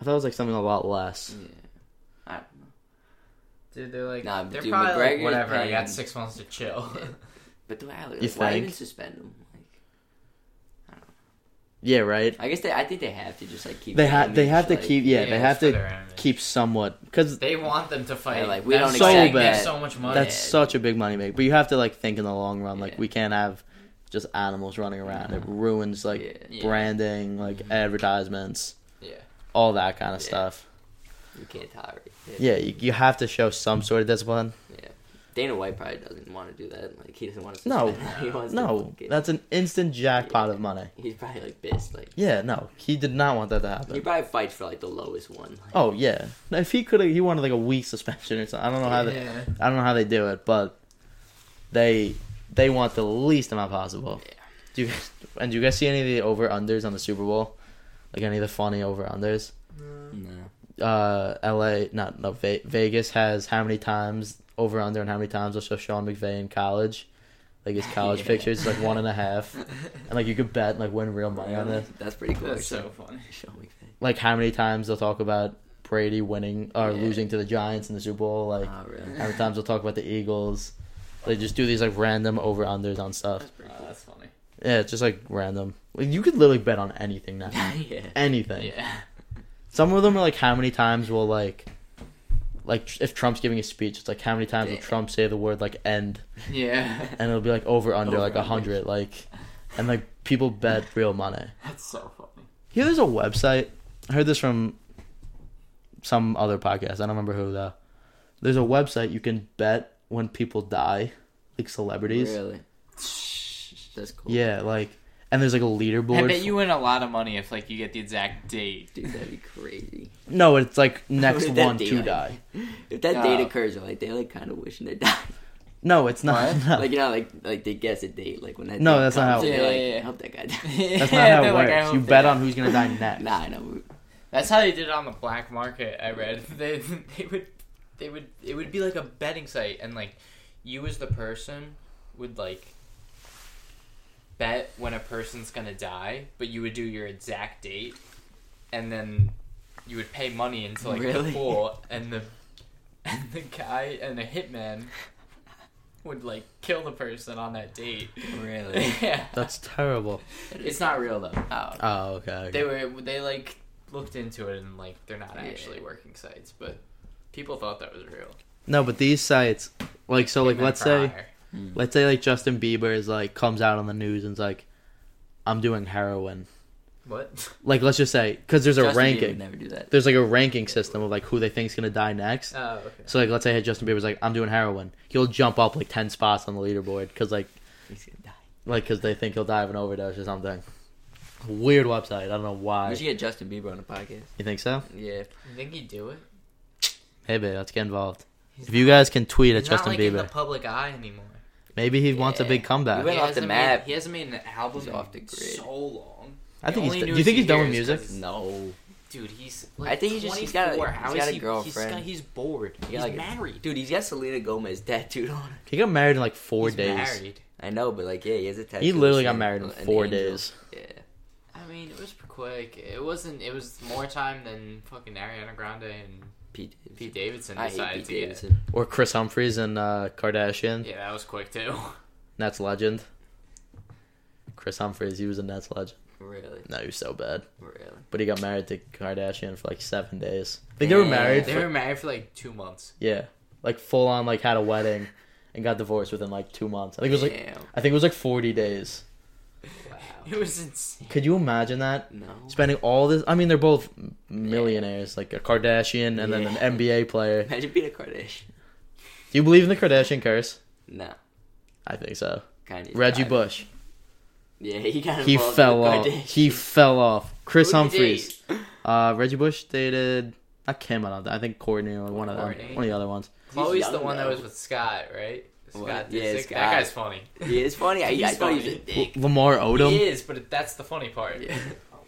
A: I thought it was like something a lot less.
C: yeah. I don't know.
B: Dude, they're like
C: Nah,
B: they're
C: dude,
B: probably like
C: McGregor's
B: whatever. I
C: paying-
B: got six months to chill.
C: But do I? Like,
A: You
C: Why
A: think?
C: even suspend them? Like,
A: Yeah, right.
C: I guess they. I think they have to just like keep.
A: They have
C: them
A: they
C: in,
A: have to
C: like-
A: keep. Yeah, they
B: it's
A: have
B: for
A: to
B: their own-
A: keep somewhat because
B: They want them to fight.
C: Yeah, like, we
B: That's
A: don't
B: so
A: expect
B: bad.
A: that.
B: So much money.
A: that's such a big money make. But you have to like think in the long run. Like
C: Yeah.
A: we can't have just animals running around. It ruins like
C: Yeah.
B: Yeah.
A: branding, like advertisements,
B: yeah.
A: all that kind of
C: Yeah.
A: stuff.
C: You can't tolerate. it.
A: Yeah, you, you have to show some sort of discipline.
C: Dana White probably doesn't want to do that. Like he doesn't want to.
A: No.
C: suspend them. he wants To
A: No,
C: fucking-
A: that's an instant jackpot of money.
C: He's probably like pissed. Like
A: Yeah, no, he did not want that to
C: he
A: happen.
C: probably fights for like the lowest one. Like,
A: Oh yeah, if he could have, he wanted like a week suspension or something. I don't know how they,
B: Yeah.
A: I don't know how they do it, but they they want the least amount possible.
C: Yeah.
A: Do you guys, and do you guys see any of the over unders on the Super Bowl? Like any of the funny over unders? Oh.
C: no.
A: uh, LA, not no, Ve- Vegas has how many times over under and how many times they'll show Sean McVay in college, like his college
C: Yeah.
A: pictures, it's like one and a half, and like you could bet and like win real money on this.
C: That's pretty cool.
B: That's
C: actually.
B: so funny.
C: Show me that.
A: Like how many times they'll talk about Brady winning or
C: Yeah.
A: losing to the Giants in the Super Bowl. Like
C: oh, really?
A: how many times they'll talk about the Eagles. They just do these like random over unders on stuff.
F: That's pretty
B: Uh,
F: cool.
B: that's funny.
A: Yeah, it's just like random. Like, you could literally bet on anything now.
C: yeah.
A: Anything.
B: Yeah.
A: Some of them are like how many times will like, like tr- if Trump's giving a speech, it's like how many times will
C: Yeah.
A: Trump say the word like end,
B: Yeah.
A: and it'll be like over under like a
C: Over-under.
A: hundred like, and like people bet real money.
B: That's so funny.
A: Yeah, there's a website. I heard this from some other podcast. I don't remember who though. There's a website you can bet when people die, like celebrities.
C: Really? That's cool.
A: Yeah, like and there's like a leaderboard.
G: I bet you win a lot of money if like you get the exact date.
C: Dude, that'd be crazy.
A: no, it's like next
C: Would that
A: one
C: be
A: to
C: like-
A: die.
C: If that date
G: Oh.
C: occurs, like they're like kind of wishing they died.
A: No, it's not.
G: What?
A: no.
C: Like you know, like like they guess a date, like when that.
A: No,
C: date
A: that's not how
C: comes,
A: it
C: they're
G: works.
C: like,
G: Yeah, yeah, yeah.
C: I hope that guy died.
A: That's not how it
G: They're like, I
A: works.
G: hope
A: You
G: they-
A: bet on who's gonna die next.
C: Nah, I know.
G: That's how they did.
B: did it on the black market. I read they they would they would it would be like a betting site, and like you as the person would like bet when a person's gonna die, but you would do your exact date, and then you would pay money into like the
C: Really?
B: pool, and the and the guy and the hitman would like kill the person on that date.
C: Really?
B: yeah,
A: That's terrible.
B: it's not real though.
C: Oh,
A: Oh, okay. okay.
B: They were they like looked into it and like they're not
C: Yeah.
B: actually working sites, but people thought that was real.
A: No, but these sites, like so, like
B: They meant
A: let's
B: for
A: say,
B: hire.
A: let's say like Justin Bieber is like comes out on the news and's like, I'm doing heroin.
B: what?
A: Like let's just say because there's a
C: Justin Bieber
A: ranking.
C: Would never do that.
A: there's like a ranking system of like who they think's gonna die next.
B: Oh, okay.
A: So like, let's say Justin Bieber's like, I'm doing heroin. He'll jump up like ten spots on the leaderboard because like,
C: He's gonna die.
A: like because they think he'll die of an overdose or something. Weird website. I don't know why.
C: We should get Justin Bieber on the podcast.
A: You think so?
C: Yeah.
B: You think he'd do it?
A: Hey, babe, let's get involved.
B: He's
A: If you guys can tweet at
B: He's not
A: Justin
B: like in the
A: Bieber, Uh,
B: public eye anymore.
A: maybe he wants a
C: Yeah.
A: big
C: You
A: comeback.
C: went
B: He
C: off the
B: hasn't
C: map.
B: Made, he hasn't made an album
C: He's
B: in
C: off the grid.
B: so long.
A: I think he's.
B: You only
A: do
B: knew
A: you think
B: his
A: he's done with
B: years
A: music?
B: 'cause-
C: No.
B: Dude, he's. Like, I think he's just.
C: he's got
B: got
C: a-
B: a,
C: he's got a
B: He's,
C: girlfriend.
B: got- he's bored.
C: got
B: he's
C: like a-
B: married.
C: Dude, he's got Selena Gomez tattooed on him.
A: He got married in like four
B: he's
A: days.
B: Married.
C: I know, but like, yeah, he has a tattoo.
A: He literally
C: of
A: got
C: Sam-
A: married in
C: an
A: four
C: angel.
A: days.
C: Yeah.
B: I mean, it was quick. It wasn't. It was more time than fucking Ariana Grande and
C: Pete.
B: Pete Davidson
C: I hate
B: decided
C: Pete
B: to get.
C: Davidson.
A: Or Chris Humphries and uh, Kardashian.
B: Yeah, that was quick too.
A: Nets legend. Chris Humphries, he was a Nets legend.
C: Really,
A: No, he was so bad.
C: really.
A: But he got married to Kardashian for like seven days. I think they were
C: Yeah.
A: married.
B: They
A: for-
B: were married for like two months.
A: yeah, like full on, like had a wedding, and got divorced within like two months. I think it was like
C: Damn.
A: I think it was like forty days.
C: Wow.
B: It was insane.
A: Could you imagine that?
C: No.
A: Spending all this. I mean, they're both millionaires, like a Kardashian and then
C: Yeah.
A: an NBA player.
C: Imagine being a Kardashian.
A: Do you believe in the Kardashian curse?
C: No.
A: I think so.
C: Kind of.
A: Reggie Bush,
C: Yeah, he got
A: he
C: involved
A: fell
C: with
A: off.
C: Kardashian.
A: He fell off. Chris
B: Who did he
A: Humphries. Uh, Reggie Bush dated not Kim, I don't. I think Courtney or one of them,
B: Courtney.
A: one of the other ones.
B: Chloe's
C: young
B: the one that
C: now.
B: was with Scott, right?
C: What?
B: Scott
C: Yeah,
B: Disick.
C: Scott.
B: That guy's funny.
C: He is funny. I,
B: He's
C: I thought he was
B: funny.
C: a dick.
A: Lamar Odom.
B: He is, but that's the funny part.
C: Yeah,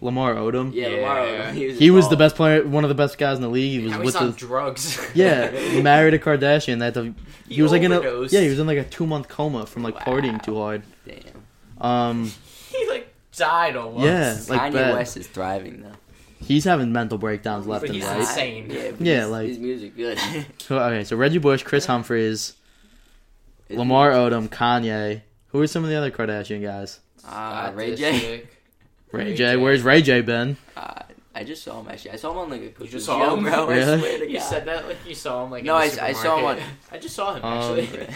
A: Lamar Odom.
C: yeah,
B: Yeah.
C: Lamar. He was,
A: He was the
C: involved.
A: best player, one of the best guys in the league. He was
B: How
A: with
B: he's on
A: the
B: drugs.
A: yeah, married a Kardashian. That the, he,
B: He
A: was like in a
B: overdosed.
A: yeah, he was in like a two month coma from like partying too hard.
C: Damn.
A: Um,
B: he like died almost.
A: yeah, like
C: Kanye
A: bad.
C: West is thriving though.
A: he's having mental breakdowns left
B: But
A: and
B: he's
A: right.
B: insane.
C: Yeah, but
A: Yeah,
C: his-
A: like-
C: his music good. His
A: So, okay, so Reggie Bush, Chris Humphries, Lamar Odom, Kanye. Who are some of the other Kardashian guys?
C: Ah,
B: Scott
C: Ray J.
B: Disick.
A: Ray,
B: Ray
A: J.
B: J.
A: Where's Ray J been?
C: Uh, I just saw him actually. I saw him on like a cooking
B: just
C: show,
B: saw him?
C: bro. I
A: Really?
C: swear to
B: You
C: God.
B: said that like you saw him like.
C: No,
B: in the
C: I- I saw him
B: supermarket. I just saw him
A: Um,
B: actually.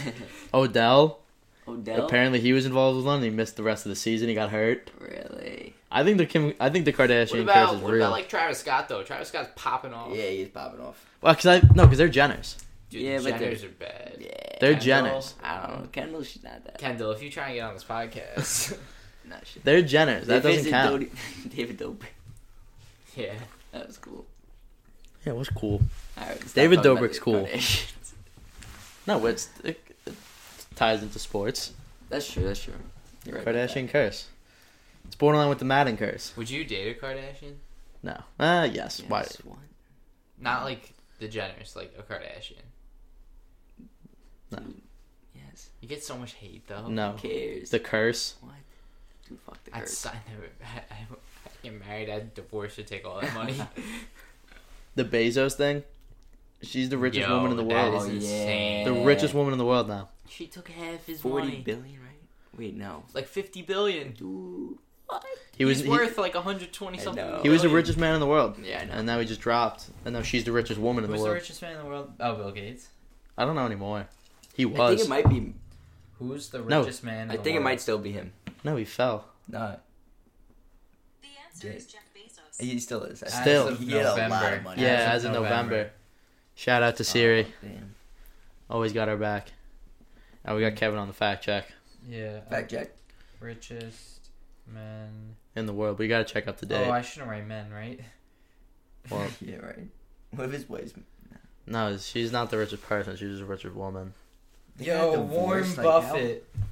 A: Odell.
C: Odell.
A: Apparently, he was involved with one. He missed the rest of the season. He got hurt.
C: Really?
A: I think the Kim, I think the
B: what
A: Kardashian curse
B: about
A: is
B: what
A: real.
B: about like Travis Scott though? Travis Scott's popping off.
C: Yeah, he's popping off.
A: well, because I no, because they're Jenners.
B: Dude,
C: Yeah, but
B: Jenners are bad.
C: Yeah.
A: They're
B: Kendall.
A: Jenners.
C: I don't know. Kendall, she's not that.
B: Kendall, if you try and get on this podcast,
C: Not shit.
A: They're Jenners. That doesn't
C: They visited
A: count.
C: Dodi- David Dobrik.
B: yeah,
C: That was cool.
A: Yeah, it was cool.
C: All right, stop
A: David
C: talking about
A: Dobrik's
C: the
A: cool.
C: Kardashians.
A: No, it's it, it ties into sports.
C: That's true. That's true. You're right about that.
A: Kardashian curse. It's borderline with the Madden curse.
B: would you date a Kardashian?
A: No. Ah, yes.
C: Yes,
A: Why?
C: what?
B: Not like the Jenners, like a Kardashian.
C: Yes.
B: You get so much hate though.
A: No.
C: Who cares?
A: The curse.
C: What? Dude, fuck the
B: I'd
C: curse.
B: sign I, I, I get married. I'd divorce you. Take all that money.
A: the Bezos thing. She's the richest
B: Yo,
A: woman in the
B: that
A: world.
B: is
C: Oh, yeah.
B: insane.
A: The richest woman in the world now.
B: She took half his
C: Forty
B: money.
C: billion, right? Wait, no.
B: like fifty billion.
C: Dude.
A: He was
B: He's
A: he,
B: worth like hundred twenty
C: I
B: something.
C: know.
A: he was the
B: billion.
A: richest man in the world,
C: Yeah, I know.
A: and now he just dropped. And now she's the richest woman in the
B: Who's the
A: world.
B: richest man in the world? Oh, Bill Gates.
A: I don't know anymore. He
C: I think
A: was
C: it might be.
B: Who's the
A: No.
B: richest man? In
C: I
B: the
C: think it
B: world?
C: might still be him.
A: no, he fell.
C: No,
J: The answer is Jeff Bezos.
C: he still is. I-
A: Still.
B: As of
F: He had a lot of
B: November.
F: money.
A: Yeah,
B: of
A: as of November. Shout
B: Oh.
A: out to Siri.
C: Oh, Damn.
A: Always got our back. And we got Kevin on the fact check
B: Yeah. uh,
C: Fact check.
B: richest men.
A: in the world. We got to check up the
B: Oh,
A: date.
B: I shouldn't write men, right?
A: Well,
C: yeah, right. What if his wife's
A: no, she's not the richest person. She's just a richest woman.
C: They got
B: Yo, Warren
C: divorced, like,
B: Buffett.
C: How,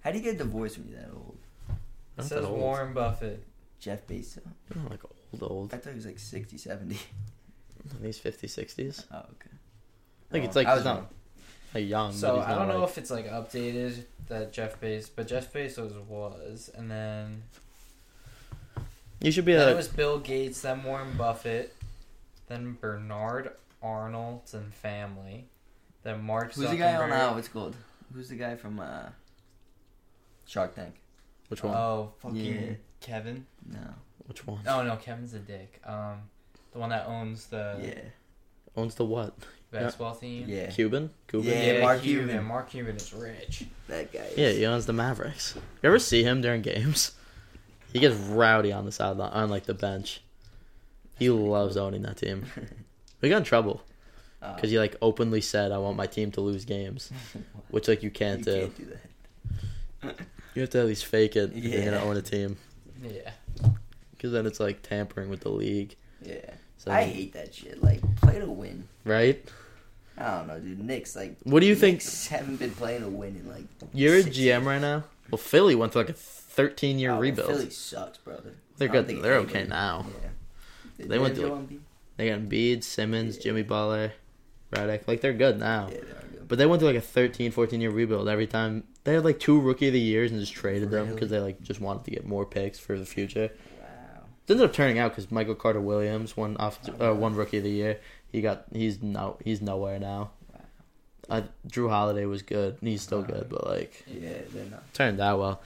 C: how do you get divorced when you're that old?
A: Not
B: It
A: that
B: says
A: old.
B: Warren Buffett.
C: Jeff Bezos.
A: You're not, like old, old.
C: I thought he was like 60, 70.
A: In these 50s, 60s.
C: Oh, okay.
A: I think it's
C: Oh,
A: like
C: I
A: he's
C: was
A: not like young. but
B: So
A: he's
B: I don't
A: not,
B: know
A: like-
B: if it's like updated that Jeff Bezos, but Jeff Bezos was, and then
A: you should be
B: then
A: a.
B: it was Bill Gates, then Warren Buffett, then Bernard Arnold's and family, then Mark
C: Who's the guy on uh,
B: Zuckerberg.
C: what's it called? Who's the guy from uh, Shark Tank?
A: which one?
B: Oh, fucking
C: Yeah.
B: Kevin.
C: No.
A: which one?
B: Oh no, Kevin's a dick. Um, the one that owns the
C: yeah.
A: Owns the what?
B: basketball team.
C: Yeah.
A: Cuban? Cuban?
C: Yeah, Mark Cuban.
B: Mark Cuban is rich.
C: That guy.
A: Yeah,
C: is-
A: he owns the Mavericks. You ever see him during games? He gets rowdy on the sideline, on like the bench. He loves owning that team. We got in trouble
C: Uh,
A: because he like openly said, "I want my team to lose games," which like you can't uh,
C: you
A: do.
C: can't do that.
A: You have to at least fake it. If you're gonna
C: Yeah.
A: own a team
B: Yeah.
A: because then it's like tampering with the league.
C: Yeah.
A: So,
C: I hate that shit. Like, play to win.
A: right?
C: I don't know, dude. Knicks, like.
A: What do you think?
C: Knicks haven't been playing to win in like.
A: You're a
C: six
A: GM
C: years.
A: right now. Well, Philly went through like a 13 year
C: Oh,
A: rebuild.
C: Philly sucks, brother.
A: They're
C: I don't
A: good.
C: think
A: They're
C: anybody-
A: okay now.
C: Yeah. Did
A: They went
C: have
A: to,
C: Joel Embiid?
A: They got Embiid, Simmons,
C: Yeah.
A: Jimmy Butler, Redick. Like they're good now.
C: Yeah, they are good.
A: But they went through like a 13, 14 year rebuild every time. They had like two rookie of the years and just traded them
C: Really?
A: because they like just wanted to get more picks for the future.
C: Wow.
A: It ended up turning out because Michael Carter Williams won off uh, one rookie of the year. He got he's no he's nowhere now.
C: Wow.
A: Uh, Drew Holiday was good. and He's still
B: Wow.
A: good, but like
C: Yeah, they're not.
A: turned out well.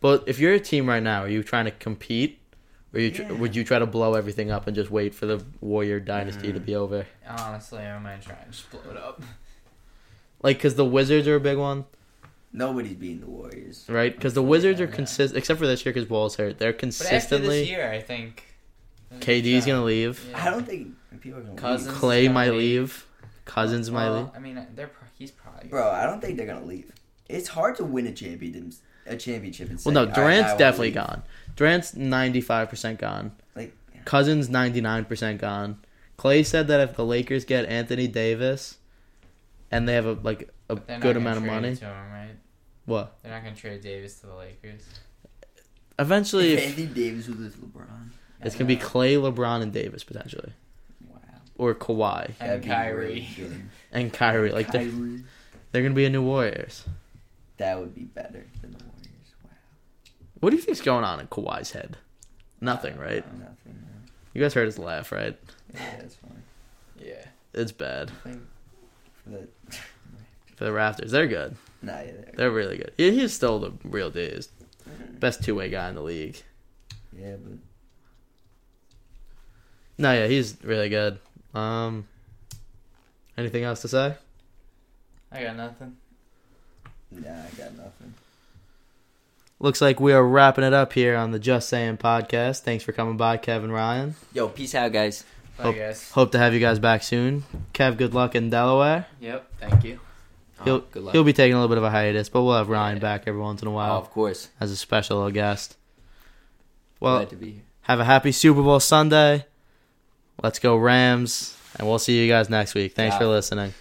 A: But if you're a team right now, are you trying to compete, or you tr-
C: Yeah.
A: would you try to blow everything up and just wait for the Warrior dynasty
B: Mm.
A: to be over?
B: Honestly, I might try and just blow it up.
A: Like, because the Wizards are a big one,
C: Nobody's beating the Warriors.
A: right? Because the Wizards are
C: Yeah.
A: consistent, except for this year because Wall's hurt. They're
B: But after this
A: consistently.
B: year, I think
A: KD's gonna leave.
B: Yeah.
C: I don't think people are gonna
B: Cousins.
C: leave.
A: Clay
B: gonna
A: might
B: leave.
A: leave. Cousins might
B: Well,
A: leave.
B: I mean, they're pro- he's probably
C: Bro, I don't think they're gonna leave. It's hard to win a championship. A championship. And say,
A: Well, no,
C: "All right, I
A: Durant's
C: wanna
A: definitely
C: leave."
A: gone. Durant's ninety-five percent gone.
C: Like,
A: Cousins ninety-nine percent gone. Clay said that if the Lakers get Anthony Davis, and they have a like a
B: but they're not
A: good
B: gonna
A: amount of
B: trade
A: money,
B: To him, right?
A: what?
B: They're not gonna trade Davis to the Lakers.
A: Eventually,
C: if
A: if,
C: Anthony Davis was with LeBron. uh,
A: it's gonna be Clay, LeBron, and Davis potentially,
C: Wow.
A: or Kawhi
B: And
C: That'd be
B: Kyrie.
C: really good.
A: and Kyrie. Like they're,
C: Kyrie.
A: they're gonna be a new Warriors.
C: That would be better than the Warriors. Wow.
A: What do you think's going on in Kawhi's head? Nothing,
C: Uh,
A: right?
C: Nothing. man.
A: You guys heard his laugh, right?
C: Yeah, that's fine.
B: Yeah.
A: It's bad
C: For the,
A: for the Raptors. They're good.
C: nah, yeah, they're-
A: They're really good. Yeah, he's still the real deal. He's Best two way guy in the league.
C: yeah, but
A: No, yeah, he's really good. Um, anything else to say?
B: I got nothing.
C: nah, I got nothing.
A: Looks like we are wrapping it up here on the Just Saying podcast. Thanks for coming by, Kevin Ryan.
C: Yo, peace out, guys.
B: Bye,
A: Oh.
B: guys.
A: Hope to have you guys back soon. Kev, good luck in Delaware.
B: Yep. Thank you.
A: He'll-
C: Oh, good luck.
A: He'll be taking a little bit of a hiatus, but we'll have Ryan
B: Yeah.
A: back every once in a
C: Oh,
A: while
C: of course.
A: as a special little guest. Well,
C: Glad to be here.
A: have a happy Super Bowl Sunday. Let's go Rams, and we'll see you guys next week. Thanks for
C: Yeah.
A: listening.